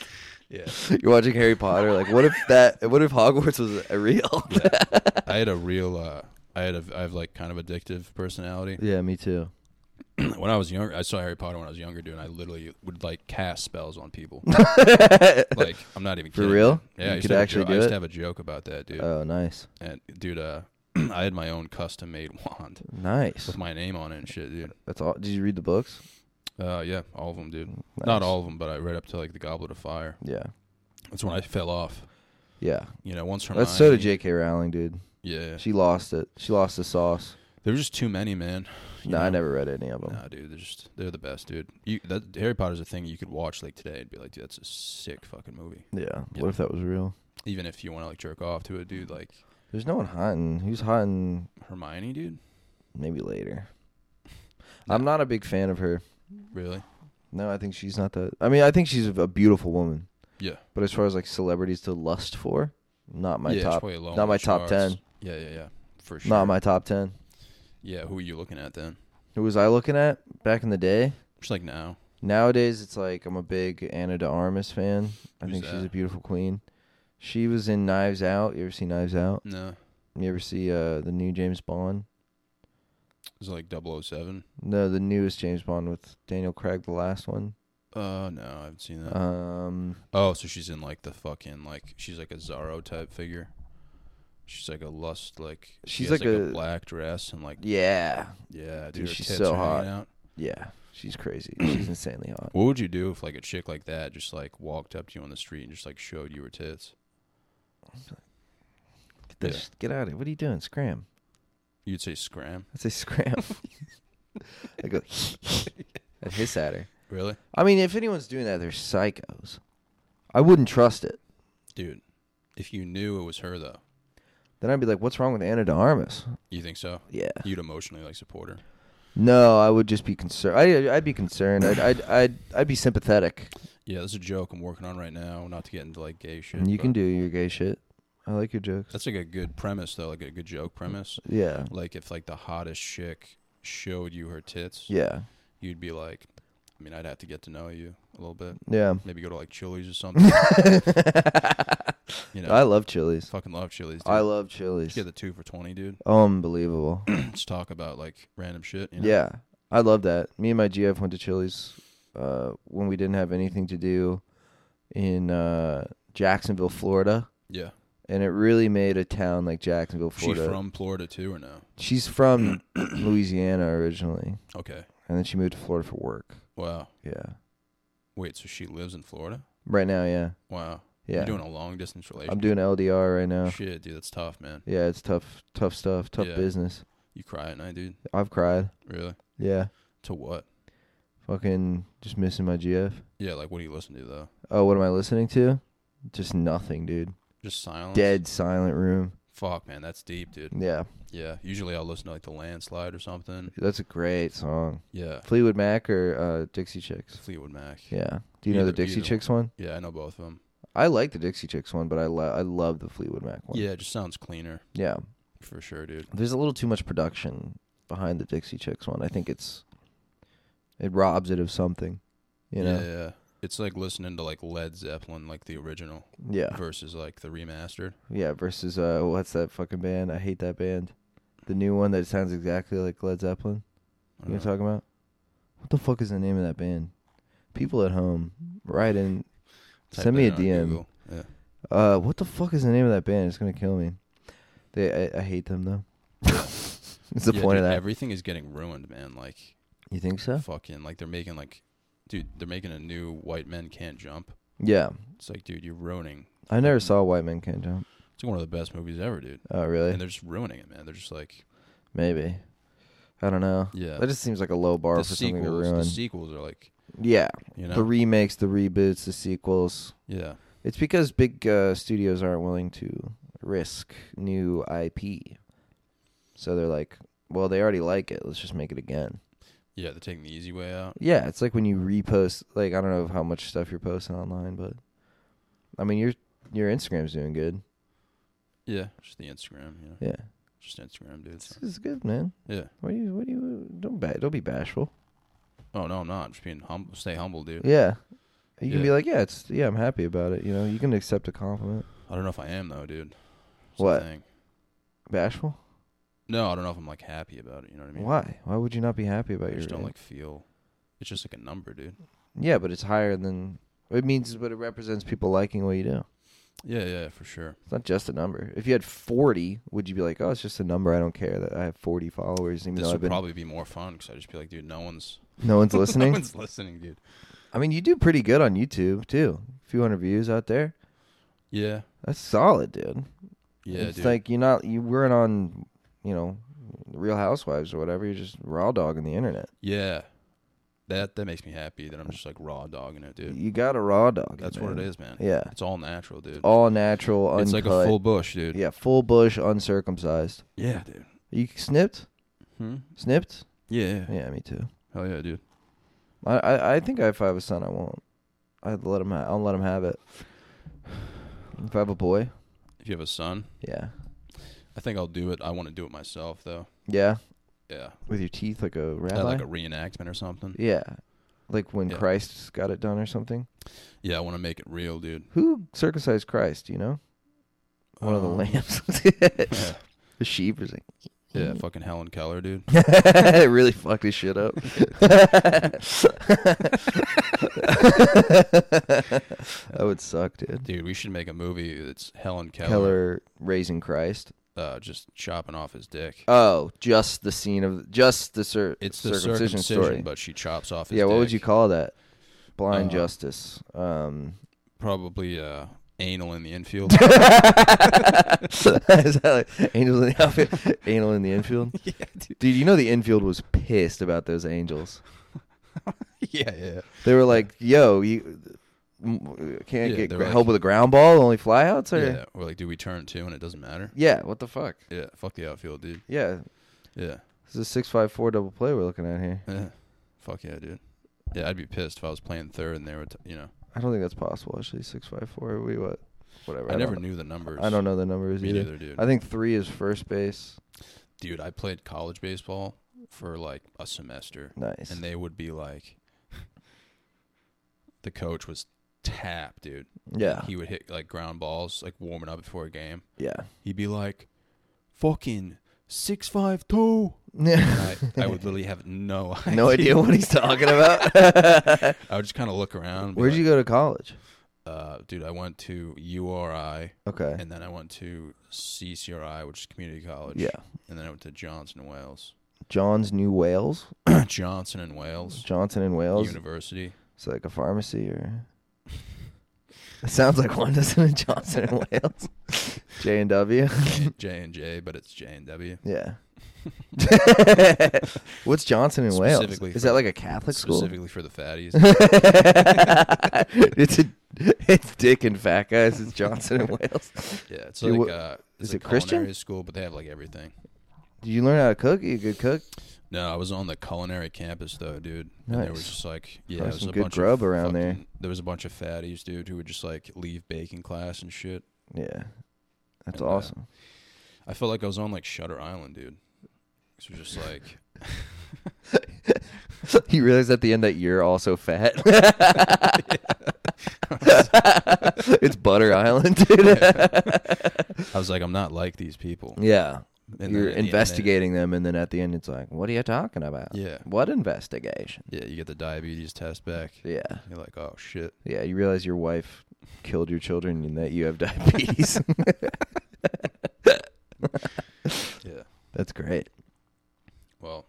S1: yeah,
S3: You're watching Harry Potter, like, what if that, what if Hogwarts was a real?
S1: I had a real, uh, I had a, I have like kind of addictive personality.
S3: yeah, me too.
S1: when I was younger, I saw Harry Potter when I was younger, dude. And I literally would like cast spells on people. like I'm not even
S3: For
S1: kidding,
S3: real?
S1: dude. Yeah,
S3: You
S1: I used
S3: could
S1: to have a
S3: actually
S1: jo-
S3: do
S1: I used
S3: it?
S1: to have a joke about that, dude.
S3: Oh, nice.
S1: and dude, uh, I had my own custom made wand
S3: Nice.
S1: with my name on it and shit, dude.
S3: That's all. Did you read the books?
S1: Uh, yeah, all of them, dude.
S3: Nice.
S1: Not all of them, but I read up to like the Goblet of Fire.
S3: Yeah.
S1: That's when I fell off.
S3: Yeah.
S1: You know, once Hermione.
S3: That's so did J.K. Rowling, dude.
S1: Yeah,
S3: She lost it. She lost the sauce.
S1: there were just too many, man. You
S3: No, I
S1: know?
S3: never read any of them.
S1: Nah, dude, they're just they're the best, dude. You, that Harry Potter's a thing you could watch like today and be like, dude, that's a sick fucking movie.
S3: Yeah.
S1: Yeah.
S3: What if that was real?
S1: Even if you want to like jerk off to a dude like
S3: There's no one hotting. Who's hotting?
S1: Hermione, dude.
S3: Maybe later. I'm not a big fan of her.
S1: Really?
S3: No, I think she's not that. I mean, I think she's a beautiful woman.
S1: Yeah.
S3: But as far as like celebrities to lust for, not my
S1: yeah, it's
S3: top.
S1: probably low
S3: not
S1: on
S3: my
S1: the
S3: top
S1: charts.
S3: 10.
S1: Yeah, yeah, yeah, for sure.
S3: Not my top ten.
S1: Yeah, who are you looking at then?
S3: Who was I looking at back in the day?
S1: Just like now.
S3: Nowadays, it's like I'm a big Anna de Armas fan. I
S1: Who's
S3: think she's
S1: that?
S3: a beautiful queen. She was in Knives Out. You ever see Knives Out?
S1: No,
S3: You ever see uh, the new James Bond?
S1: is it like 007?
S3: No, the newest James Bond with Daniel Craig, the last one.
S1: Uh, no, I haven't seen that.
S3: Um,
S1: oh, so she's in like the fucking like she's like a Zorro type figure. She's like a lust like she
S3: She's
S1: has,
S3: like a-
S1: black dress and like
S3: yeah,
S1: yeah, dude,
S3: Dude,
S1: her
S3: she's
S1: tits
S3: so
S1: are hanging Out.
S3: yeah, she's crazy. she's insanely hot.
S1: What would you do if like a chick like that just like walked up to you on the street and just like showed you her tits?
S3: Get, this, get out of here! What are you doing? Scram!
S1: You'd say scram.
S3: I say scram. I go. I hiss at her.
S1: Really,
S3: I mean, if anyone's doing that, they're psychos. I wouldn't trust it.
S1: dude? If you knew it was her though,
S3: Then I'd be like, "What's wrong with Anna de Armas?"
S1: you think so?
S3: Yeah.
S1: You'd emotionally like support her.
S3: No, I would just be concerned. I, I'd be concerned. I'd, I'd, I'd, I'd be sympathetic.
S1: Yeah, that's a joke I'm working on right now. Not to get into like gay shit.
S3: And you
S1: but
S3: can do your gay shit. I like your jokes.
S1: That's like a good premise though, like a good joke premise.
S3: Yeah.
S1: Like if like the hottest chick showed you her tits,
S3: Yeah.
S1: you'd be like, I mean, I'd have to get to know you a little bit.
S3: Yeah.
S1: Maybe go to like Chili's or something. you know,
S3: I love chilies.
S1: fucking love Chili's. Dude.
S3: I love
S1: Just
S3: chilies.
S1: get the two for twenty, dude.
S3: Unbelievable.
S1: Just talk about like random shit. You know?
S3: yeah. I love that. Me and my GF went to Chili's uh, when we didn't have anything to do in uh, Jacksonville, Florida.
S1: yeah.
S3: And it really made a town like Jacksonville,
S1: She
S3: Florida.
S1: from Florida too, or no?
S3: She's from Louisiana originally.
S1: Okay.
S3: And then she moved to Florida for work.
S1: Wow.
S3: Yeah.
S1: Wait, so she lives in Florida?
S3: Right now, yeah.
S1: Wow.
S3: Yeah.
S1: You're doing a long distance relationship.
S3: I'm doing LDR right now.
S1: Shit, dude, that's tough, man.
S3: Yeah, it's tough, tough stuff, tough
S1: Yeah.
S3: business.
S1: You cry at night, dude.
S3: I've cried.
S1: Really?
S3: Yeah.
S1: To what?
S3: Fucking just missing my GF.
S1: Yeah, like what do you listen to though?
S3: Oh, what am I listening to? Just nothing, dude.
S1: Just silence.
S3: Dead silent room.
S1: Fuck, man, that's deep, dude.
S3: Yeah,
S1: Yeah. Usually I'll listen to like the landslide or something.
S3: that's a great song.
S1: Yeah.
S3: Fleetwood Mac or uh, Dixie Chicks?
S1: Fleetwood Mac. Yeah.
S3: Yeah. Do you know
S1: Either-
S3: the Dixie
S1: either
S3: Chicks one?
S1: yeah, I know both of them.
S3: I like the Dixie Chicks one, but I lo- I love the Fleetwood Mac one.
S1: Yeah, it just sounds cleaner
S3: Yeah.
S1: for sure, dude.
S3: There's a little too much production behind the Dixie Chicks one. I think it's it robs it of something. You know.
S1: Yeah, yeah. It's like listening to like Led Zeppelin, like the original,
S3: Yeah.
S1: versus like the remastered.
S3: Yeah, versus uh what's that fucking band? I hate that band. The new one that sounds exactly like Led Zeppelin.
S1: I
S3: You know
S1: don't
S3: what I'm talking about? What the fuck is the name of that band? People at home, write in.
S1: Type
S3: Send me
S1: that
S3: a
S1: in on
S3: DM.
S1: Google. Yeah.
S3: Uh, what the fuck is the name of that band? It's gonna kill me. They, I, I hate them though. What's the
S1: Yeah,
S3: point of
S1: dude,
S3: that?
S1: Everything is getting ruined, man. Like
S3: you think so?
S1: fucking, like they're making like, dude, they're making a new White Men Can't Jump.
S3: Yeah,
S1: It's like, dude, you're ruining.
S3: I never saw White Men Can't Jump.
S1: It's one of the best movies ever, dude.
S3: Oh,
S1: And
S3: really?
S1: they're just ruining it, man. They're just like,
S3: Maybe. I don't know.
S1: yeah.
S3: That just seems like a low bar
S1: the
S3: for something to
S1: sequels,
S3: ruin.
S1: the sequels are like,
S3: yeah,
S1: you know,
S3: the remakes, the reboots, the sequels.
S1: yeah,
S3: It's because big uh, studios aren't willing to risk new IP. So they're like, well, they already like it. Let's just make it again.
S1: yeah. They're taking the easy way out.
S3: Yeah, it's like when you repost. Like I don't know how much stuff you're posting online, but I mean your your Instagram's doing good.
S1: Yeah, just the Instagram. You know,
S3: Yeah,
S1: just Instagram, dude.
S3: it's,
S1: So,
S3: it's good, man.
S1: yeah.
S3: What do you? What do you? Don't ba- don't be bashful.
S1: Oh no, I'm not. I'm just being humble. Stay humble, dude.
S3: Yeah, you can be
S1: Yeah.
S3: like, yeah, it's yeah, I'm happy about it. You know, you can accept a compliment.
S1: I don't know if I am though, dude. That's the
S3: What?
S1: thing.
S3: Bashful?
S1: No, I don't know if I'm like happy about it. You know what I mean?
S3: Why? Why would you not be happy about
S1: I
S3: your?
S1: just don't like feel. It's just like a number, dude.
S3: Yeah, but it's higher than it means, but it represents people liking what you do.
S1: Yeah, yeah, for sure.
S3: It's not just a number. If you had forty, would you be like, oh, it's just a number? I don't care that I have forty followers, even
S1: This
S3: though I've
S1: would
S3: been
S1: probably be more fun because I'd just be like, dude, no one's
S3: no one's listening.
S1: no one's listening, dude.
S3: I mean, you do pretty good on YouTube too. A few hundred views out there.
S1: Yeah,
S3: That's solid, dude.
S1: yeah,
S3: it's
S1: dude.
S3: like you're not you weren't on, you know, Real Housewives or whatever. You're just raw dogging the internet.
S1: yeah, that that makes me happy that I'm just like raw dogging it, dude.
S3: You got a raw dog.
S1: That's what it is, man.
S3: Yeah,
S1: It's all natural, dude.
S3: all natural, uncut.
S1: it's like a full bush, dude.
S3: yeah, full bush, uncircumcised.
S1: yeah, dude.
S3: You snipped,
S1: Hmm?
S3: snipped.
S1: Yeah, yeah.
S3: Yeah, me too.
S1: Hell yeah, dude.
S3: I, I, I think if I have a son, I won't. I'd let him. Ha- I'll let him have it. If I have a boy,
S1: If you have a son,
S3: yeah,
S1: I think I'll do it. I want to do it myself, though.
S3: yeah,
S1: Yeah,
S3: with your teeth like a rabbi.
S1: Uh, like a reenactment or something.
S3: Yeah. Like when
S1: Yeah.
S3: Christ got it done or something.
S1: Yeah, I want to make it real, dude.
S3: Who circumcised Christ, do you know? One of the
S1: Um,
S3: lambs.
S1: Yeah,
S3: the sheep or something. Mm-hmm.
S1: yeah, fucking Helen Keller, dude.
S3: it really fucked his shit up. that would suck, dude.
S1: Dude, we should make a movie that's Helen Keller,
S3: Keller raising Christ.
S1: Uh, just chopping off his dick.
S3: Oh, just the scene of just the, cir-
S1: it's the circumcision,
S3: circumcision, story.
S1: but she chops off his
S3: yeah, what would
S1: dick.
S3: you call that? Blind
S1: Uh,
S3: justice. Um,
S1: Probably uh, anal in the infield.
S3: Is that like angels in the outfield? Angel in the infield? yeah, dude. you know the infield was pissed about those angels.
S1: yeah, yeah.
S3: They were like, yo, you mm, can't
S1: Yeah,
S3: get
S1: they
S3: gra-
S1: were
S3: help
S1: like-
S3: with a ground ball, only flyouts? Or?
S1: Yeah. We're like, do we turn two and it doesn't matter?
S3: Yeah, what the fuck?
S1: Yeah, fuck the outfield, dude.
S3: Yeah,
S1: Yeah.
S3: this is a 654 double play we're looking at here.
S1: yeah. Fuck yeah, dude. Yeah, I'd be pissed if I was playing third and they were, t- you know.
S3: I don't think that's possible, actually. 654, we what? Whatever.
S1: I, never
S3: don't,
S1: knew the numbers.
S3: I don't know the numbers
S1: Me
S3: either.
S1: neither, dude.
S3: I think three is first base.
S1: dude, I played college baseball for like a semester,
S3: Nice.
S1: and they would be like, the coach was tapped, dude.
S3: yeah,
S1: He would hit like ground balls, like warming up before a game.
S3: yeah.
S1: He'd be like, fucking six five two.
S3: Yeah.
S1: I, I would literally have no idea.
S3: no idea what he's talking about.
S1: I would just kind of look around. and be
S3: Where'd you
S1: like,
S3: go to college?
S1: Uh, dude, I went to URI,
S3: Okay.
S1: and then I went to CCRI, which is community college.
S3: Yeah.
S1: And then I went to Johnson and Wales.
S3: John's New Wales,
S1: Johnson and Wales
S3: Johnson and Wales.
S1: University.
S3: It's like a pharmacy or. It sounds like one doesn't it? Johnson and Wales, J and W.
S1: J and J, but it's J and W.
S3: Yeah. What's Johnson and Wales?
S1: Specifically
S3: Is
S1: for-
S3: that like a Catholic school?
S1: Specifically for the fatties.
S3: it's a it's Dick and Fat Guys. It's Johnson and Wales.
S1: Yeah, it's
S3: Dude,
S1: like
S3: what-
S1: uh, it's
S3: is
S1: a
S3: it Christian?
S1: culinary school, but they have like everything.
S3: Did you learn how to cook? Are you a good cook?
S1: No, I was on the culinary campus though, dude. And there was
S3: Nice.
S1: just like yeah,
S3: Probably
S1: there was
S3: some
S1: a
S3: good
S1: bunch
S3: grub
S1: of
S3: around there.
S1: fucking- There was a bunch of fatties, dude, who would just like leave baking class and shit.
S3: Yeah, that's
S1: And, uh,
S3: awesome.
S1: I felt like I was on like Shutter Island, dude. It was just like
S3: you realize at the end that you're also fat. it's Butter Island, dude.
S1: I was like, I'm not like these people.
S3: Yeah.
S1: And
S3: You're
S1: then at the end, they-
S3: investigating them, and then at the end, it's like, what are you talking about?
S1: Yeah.
S3: What investigation?
S1: Yeah, you get the diabetes test back.
S3: Yeah.
S1: You're like, oh shit.
S3: Yeah. You realize your wife killed your children and that you have diabetes.
S1: Yeah.
S3: That's great.
S1: Well,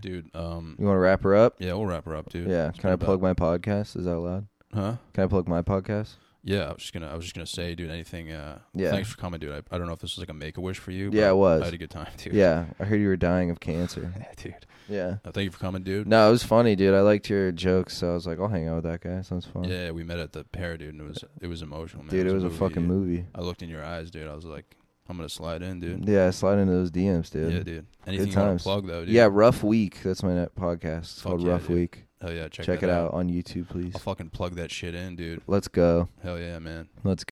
S1: dude. Um.
S3: You want to wrap her up?
S1: Yeah, we'll wrap her up, dude.
S3: Yeah.
S1: It's
S3: Can I
S1: been
S3: plug
S1: about-
S3: my podcast? Is that allowed?
S1: Huh?
S3: Can I plug my podcast?
S1: Yeah, I was just gonna. I was just gonna say, dude. Anything? Uh,
S3: Yeah.
S1: Thanks for coming, dude. I, I don't know if this was like a make a wish for you. but
S3: Yeah, it was.
S1: I had a good time, dude.
S3: Yeah. I heard you were dying of cancer.
S1: Yeah, dude.
S3: Yeah.
S1: Uh, thank you for coming, dude.
S3: No, it was funny, dude. I liked your jokes, so I was like, I'll hang out with that guy. Sounds fun.
S1: Yeah, we met at the pair, dude, and it was it was emotional, man.
S3: Dude, it was a fucking
S1: dude.
S3: movie.
S1: I looked in your eyes, dude. I was like, I'm gonna slide in, dude.
S3: Yeah, slide into those DMs, dude.
S1: Yeah, dude. Anything you want
S3: times.
S1: to plug though, dude?
S3: Yeah, Rough Week. That's my net podcast. It's
S1: Fuck
S3: called
S1: yeah,
S3: Rough
S1: dude.
S3: Week.
S1: Hell yeah. Check,
S3: Check
S1: that
S3: it out on YouTube, please.
S1: I'll fucking plug that shit in, dude.
S3: Let's go.
S1: Hell yeah, man.
S3: Let's